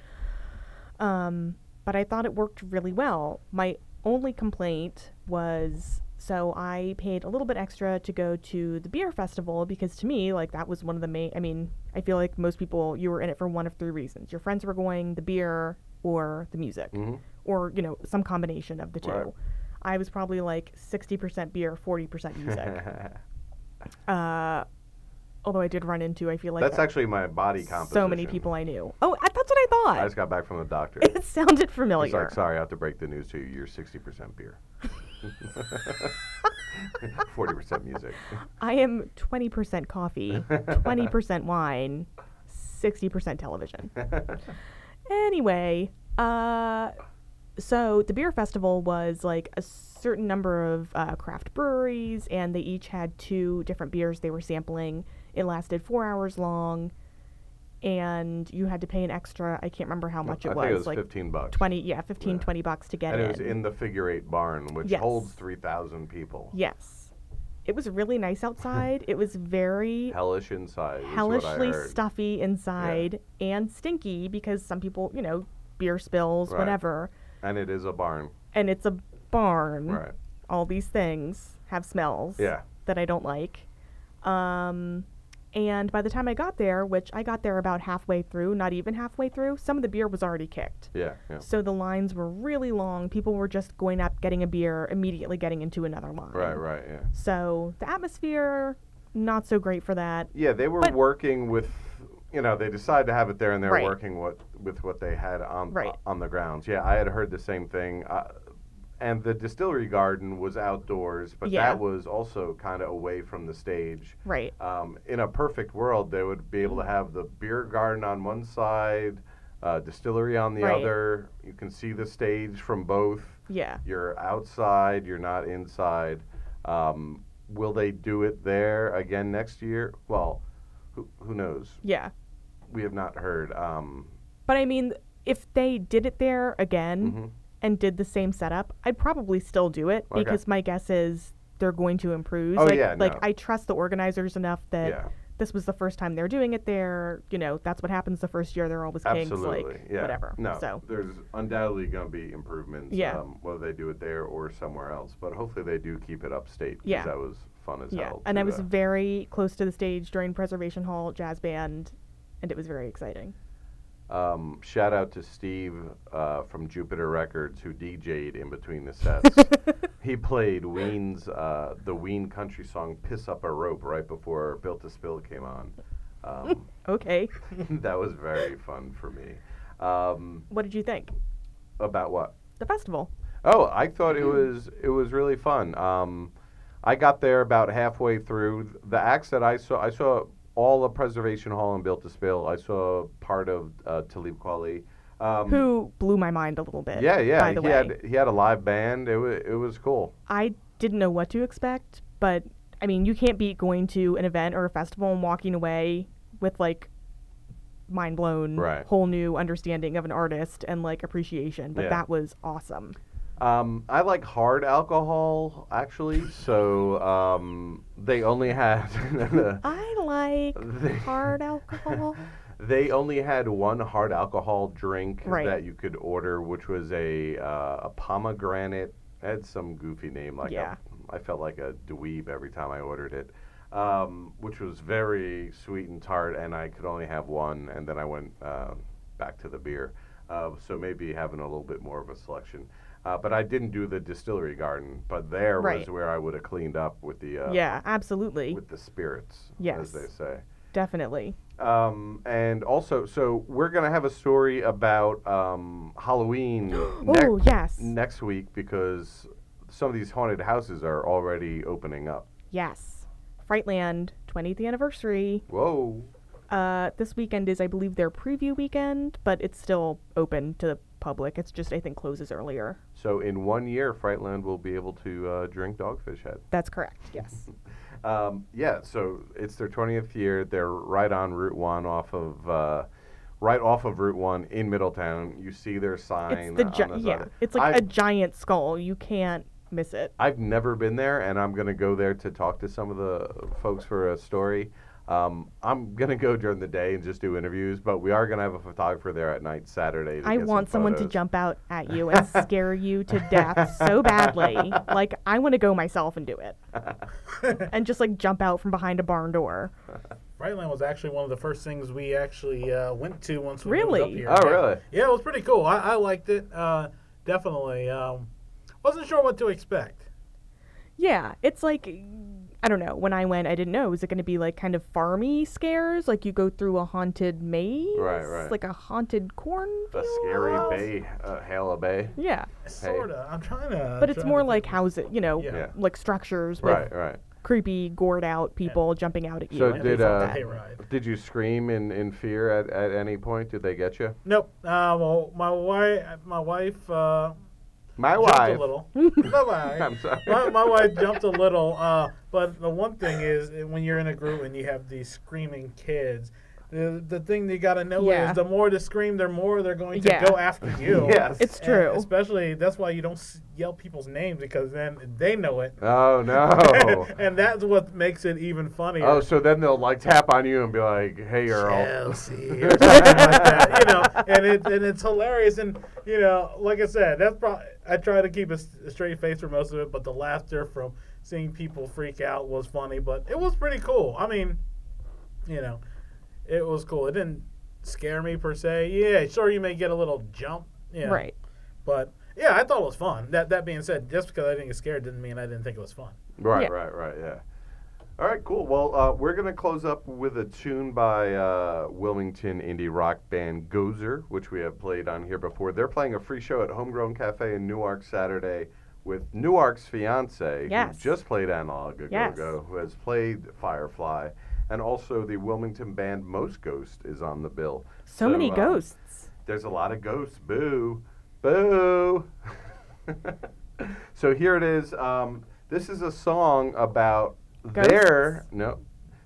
Speaker 2: Um, but I thought it worked really well. My only complaint was so I paid a little bit extra to go to the beer festival because to me, like that was one of the main. I mean, I feel like most people you were in it for one of three reasons: your friends were going, the beer, or the music, or you know some combination of the two.
Speaker 1: Mm-hmm. Right.
Speaker 2: I was probably like sixty percent beer, forty percent music. uh, although I did run into, I feel like
Speaker 1: That's actually my body composition.
Speaker 2: so many people I knew. Oh, I, that's what I thought.
Speaker 1: I just got back from the doctor.
Speaker 2: it sounded
Speaker 1: He's
Speaker 2: familiar.
Speaker 1: like, sorry, I have to break the news to you. You're 60% beer, 40% music.
Speaker 2: I am 20% coffee, 20% wine, 60% television. anyway, uh, so the beer festival was like a certain number of uh, craft breweries, and they each had two different beers they were sampling. It lasted four hours long, and you had to pay an extra, I can't remember how much
Speaker 1: I
Speaker 2: it was,
Speaker 1: think it was
Speaker 2: like
Speaker 1: 15 bucks.
Speaker 2: 20, yeah, 15,
Speaker 1: Yeah.
Speaker 2: 20 bucks to get
Speaker 1: And
Speaker 2: in.
Speaker 1: it was in the figure eight barn, which
Speaker 2: Yes.
Speaker 1: holds 3,000 people.
Speaker 2: yes. It was really nice outside. it was very
Speaker 1: Hellish inside. is what I
Speaker 2: hellishly
Speaker 1: heard.
Speaker 2: stuffy inside and stinky because some people, you know, beer spills,
Speaker 1: Right.
Speaker 2: whatever.
Speaker 1: And it is a barn.
Speaker 2: And it's a barn.
Speaker 1: Right.
Speaker 2: All these things have smells
Speaker 1: Yeah.
Speaker 2: that I don't like. Um, and by the time I got there, which I got there about halfway through, not even halfway through, some of the beer was already kicked.
Speaker 1: Yeah. yeah.
Speaker 2: So the lines were really long. People were just going up, getting a beer, immediately getting into another line.
Speaker 1: Right, right, yeah.
Speaker 2: So the atmosphere, not so great for that.
Speaker 1: Yeah, they were
Speaker 2: But-
Speaker 1: working with, you know, they decided to have it there and they're
Speaker 2: Right.
Speaker 1: working what, with what they had on, uh,
Speaker 2: Right.
Speaker 1: on the grounds. Yeah, I had heard the same thing. Uh, and the distillery garden was outdoors, but
Speaker 2: Yeah.
Speaker 1: that was also kind of away from the stage.
Speaker 2: Right.
Speaker 1: um, in a perfect world, they would be able to have the beer garden on one side, uh, distillery on the
Speaker 2: Right.
Speaker 1: other. You can see the stage from both.
Speaker 2: Yeah.
Speaker 1: You're outside, you're not inside. Um, will they do it there again next year? Well, who, who knows?
Speaker 2: Yeah.
Speaker 1: We have not heard. Um,
Speaker 2: But I mean, if they did it there again and did the same setup, I'd probably still do it
Speaker 1: Mm-hmm. Okay.
Speaker 2: because my guess is they're going to improve.
Speaker 1: Oh,
Speaker 2: like,
Speaker 1: yeah,
Speaker 2: like
Speaker 1: no.
Speaker 2: I trust the organizers enough that
Speaker 1: Yeah.
Speaker 2: this was the first time they're doing it there. You know, that's what happens the first year. They're always kings,
Speaker 1: absolutely.
Speaker 2: like
Speaker 1: yeah.
Speaker 2: whatever.
Speaker 1: No.
Speaker 2: So
Speaker 1: There's undoubtedly going to be improvements.
Speaker 2: Yeah.
Speaker 1: Um, whether they do it there or somewhere else, but hopefully they do keep it upstate. 'cause
Speaker 2: Yeah.
Speaker 1: That was fun as
Speaker 2: yeah,
Speaker 1: hell.
Speaker 2: and
Speaker 1: to,
Speaker 2: I was
Speaker 1: uh,
Speaker 2: very close to the stage during Preservation Hall Jazz Band, and it was very exciting.
Speaker 1: Um, shout out to Steve uh, from Jupiter Records who DJ'd in between the sets. he played Ween's uh, the Ween country song "Piss Up a Rope" right before "Built to Spill" came on. Um,
Speaker 2: Okay,
Speaker 1: that was very fun for me. Um,
Speaker 2: What did you think?
Speaker 1: about what?
Speaker 2: The festival.
Speaker 1: Oh, I thought it was it was really fun. Um, I got there about halfway through. The acts that I saw, I saw all of Preservation Hall and Built to Spill. I saw part of uh, Talib Kweli. Um,
Speaker 2: Who blew my mind a little bit.
Speaker 1: Yeah, yeah.
Speaker 2: uh, By the
Speaker 1: he
Speaker 2: way,
Speaker 1: had he had a live band. It was it was cool.
Speaker 2: I didn't know what to expect, but I mean, you can't beat going to an event or a festival and walking away with like mind blown,
Speaker 1: Right.
Speaker 2: whole new understanding of an artist and like appreciation. But
Speaker 1: Yeah.
Speaker 2: that was awesome.
Speaker 1: Um, I like hard alcohol actually, so um, they only had
Speaker 2: I
Speaker 1: They-
Speaker 2: like hard alcohol.
Speaker 1: They only had one hard alcohol drink
Speaker 2: Right.
Speaker 1: that you could order, which was a uh, a pomegranate. It had some goofy name, like
Speaker 2: Yeah.
Speaker 1: a, I felt like a dweeb every time I ordered it, um, which was very sweet and tart, and I could only have one, and then I went uh, back to the beer. Uh, so maybe having a little bit more of a selection. Uh, but I didn't do the distillery garden, but there was
Speaker 2: Right.
Speaker 1: where I would have cleaned up with the uh,
Speaker 2: yeah, absolutely.
Speaker 1: with the spirits, as
Speaker 2: Yes.
Speaker 1: they say.
Speaker 2: Definitely.
Speaker 1: Um, and also, so we're gonna have a story about um, Halloween.
Speaker 2: Oh, yes.
Speaker 1: Next week, because some of these haunted houses are already opening up.
Speaker 2: Yes. Frightland 20th anniversary.
Speaker 1: Whoa.
Speaker 2: Uh, this weekend is, I believe, their preview weekend, but it's still open to the public. It's just, I think, closes earlier.
Speaker 1: So in one year, Frightland will be able to uh, drink Dogfish Head.
Speaker 2: That's correct. Yes.
Speaker 1: Um, yeah, so it's their 20th year. They're right on Route One, off of uh, right off of Route One in Middletown. You see their sign.
Speaker 2: it's the
Speaker 1: on
Speaker 2: gi-
Speaker 1: side.
Speaker 2: yeah. It's like
Speaker 1: I've-
Speaker 2: a giant skull. You can't miss it.
Speaker 1: I've never been there, and I'm gonna go there to talk to some of the folks for a story. Um, I'm gonna go during the day and just do interviews, but we are gonna have a photographer there at night Saturday. To
Speaker 2: I
Speaker 1: get some
Speaker 2: want someone to
Speaker 1: photos.
Speaker 2: jump out at you and scare you to death so badly. Like I want to go myself and do it, and just like jump out from behind a barn door.
Speaker 3: Frightland was actually one of the first things we actually uh, went to once we moved up
Speaker 2: Really?
Speaker 3: here.
Speaker 1: Oh,
Speaker 3: Yeah.
Speaker 1: really?
Speaker 3: Yeah, it was pretty cool. I, I liked it. Uh, definitely. Um, wasn't sure what to expect.
Speaker 2: Yeah, it's like I don't know. When I went, I didn't know. Is it going to be like kind of farmy scares? Like you go through a haunted maze,
Speaker 1: Right, right.
Speaker 2: Like a haunted cornfield.
Speaker 1: A scary
Speaker 2: house?
Speaker 1: bay, uh, Hala Bay.
Speaker 2: Yeah,
Speaker 3: Sorta. I'm trying to.
Speaker 2: but it's
Speaker 3: trying
Speaker 2: more
Speaker 3: to
Speaker 2: like
Speaker 3: think.
Speaker 2: houses, you know,
Speaker 3: Yeah.
Speaker 1: Yeah.
Speaker 2: like structures with
Speaker 1: Right, right.
Speaker 2: creepy, gored out people jumping out at you.
Speaker 1: So
Speaker 2: and
Speaker 1: did
Speaker 2: things like
Speaker 1: uh,
Speaker 2: that.
Speaker 3: Hayride.
Speaker 1: did you scream in, in fear at, at any point? Did they get you?
Speaker 3: Nope. Uh, well, my wife. My wife. Uh,
Speaker 1: My
Speaker 3: jumped
Speaker 1: wife.
Speaker 3: a little. my wife.
Speaker 1: I'm sorry.
Speaker 3: My, my wife jumped a little. Uh, but the one thing is, uh, when you're in a group and you have these screaming kids, the, the thing you got to know
Speaker 2: Yeah.
Speaker 3: is the more to scream, the more they're going to
Speaker 2: Yeah.
Speaker 3: go after you.
Speaker 1: Yes. Eh,
Speaker 2: It's
Speaker 3: And
Speaker 2: true.
Speaker 3: especially that's why you don't s- yell people's names because then they know it,
Speaker 1: Oh no.
Speaker 3: and that's what makes it even funnier.
Speaker 1: oh, so then they'll like tap on you and be like, "Hey, Earl."
Speaker 3: Chelsea or something like that, you know, and it and it's hilarious, and you know, like I said, that's probably I try to keep a, s- a straight face for most of it, but the laughter from seeing people freak out was funny, but it was pretty cool. I mean, you know, it was cool. It didn't scare me per se. Yeah, sure, you may get a little jump, yeah,
Speaker 2: Right.
Speaker 3: But yeah, I thought it was fun. That that being said, just because I didn't get scared didn't mean I didn't think it was fun.
Speaker 1: Right,
Speaker 2: Yeah.
Speaker 1: right, right, yeah. All right, cool. Well, uh, we're going to close up with a tune by uh, Wilmington indie rock band Gozer, which we have played on here before. They're playing a free show at Homegrown Cafe in Newark Saturday with Newark's fiance,
Speaker 2: Yes.
Speaker 1: who just played Analog a
Speaker 2: Yes.
Speaker 1: Go Go, who has played Firefly, and also the Wilmington band Most Ghost is on the bill.
Speaker 2: So, many
Speaker 1: um,
Speaker 2: ghosts.
Speaker 1: there's a lot of ghosts. Boo. Boo. so here it is. Um, this is a song about their.
Speaker 2: Ghosts?
Speaker 1: No.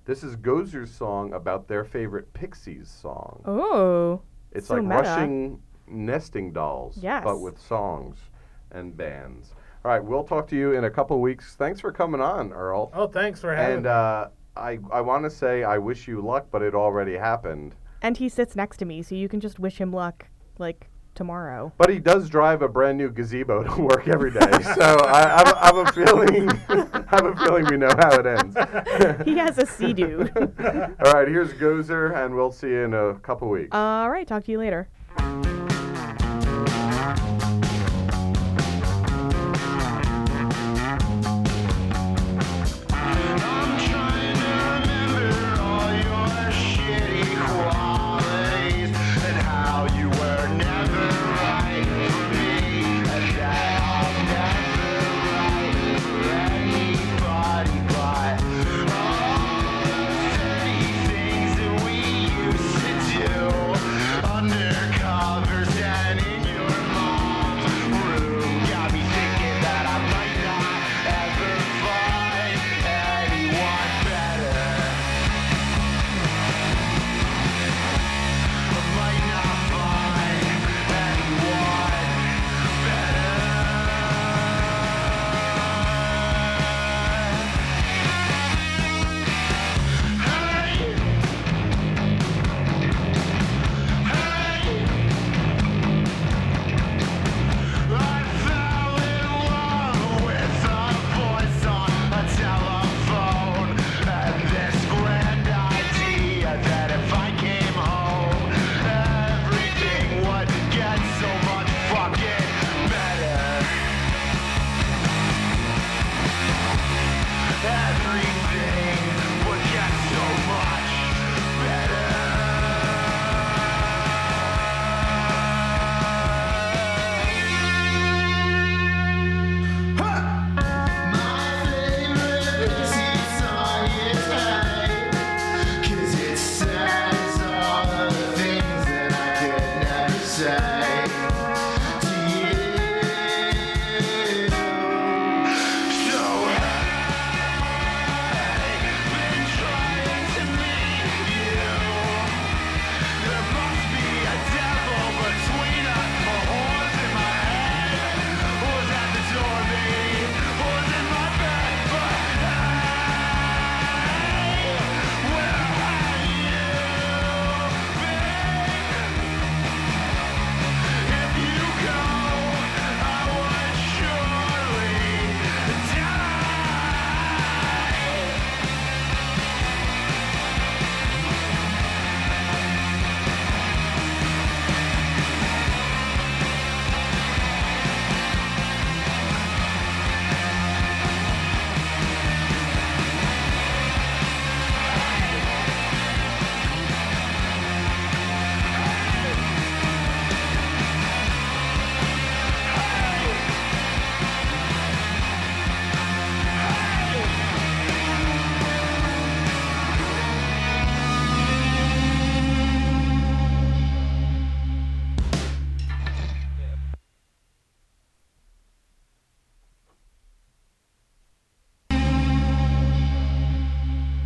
Speaker 1: This is Gozer's song about their favorite Pixies song.
Speaker 2: Oh,
Speaker 1: it's
Speaker 2: so
Speaker 1: like
Speaker 2: meta.
Speaker 1: rushing nesting dolls,
Speaker 2: Yes.
Speaker 1: but with songs and bands. All right, we'll talk to you in a couple weeks. Thanks for coming on, Earl.
Speaker 3: Oh, thanks for having
Speaker 1: and
Speaker 3: me.
Speaker 1: uh, I, I want to say I wish you luck, but it already happened.
Speaker 2: and he sits next to me, so you can just wish him luck, like tomorrow.
Speaker 1: But he does drive a brand new gazebo to work every day, so I, I, have a feeling, I have a feeling we know how it ends.
Speaker 2: he has a sea dude.
Speaker 1: All right, here's Gozer, and we'll see you in a couple weeks.
Speaker 2: All right, talk to you later.
Speaker 4: I'm trying to remember all your shitty qualities and how you were undercover standing in your mom's room. Got me thinking that I might not ever find anyone better. I might not find anyone better. Hey! Hey! I fell in love with a voice on a telephone and this grand idea that if I came home, everything would get so much fucking better. Everything would get so much better. Say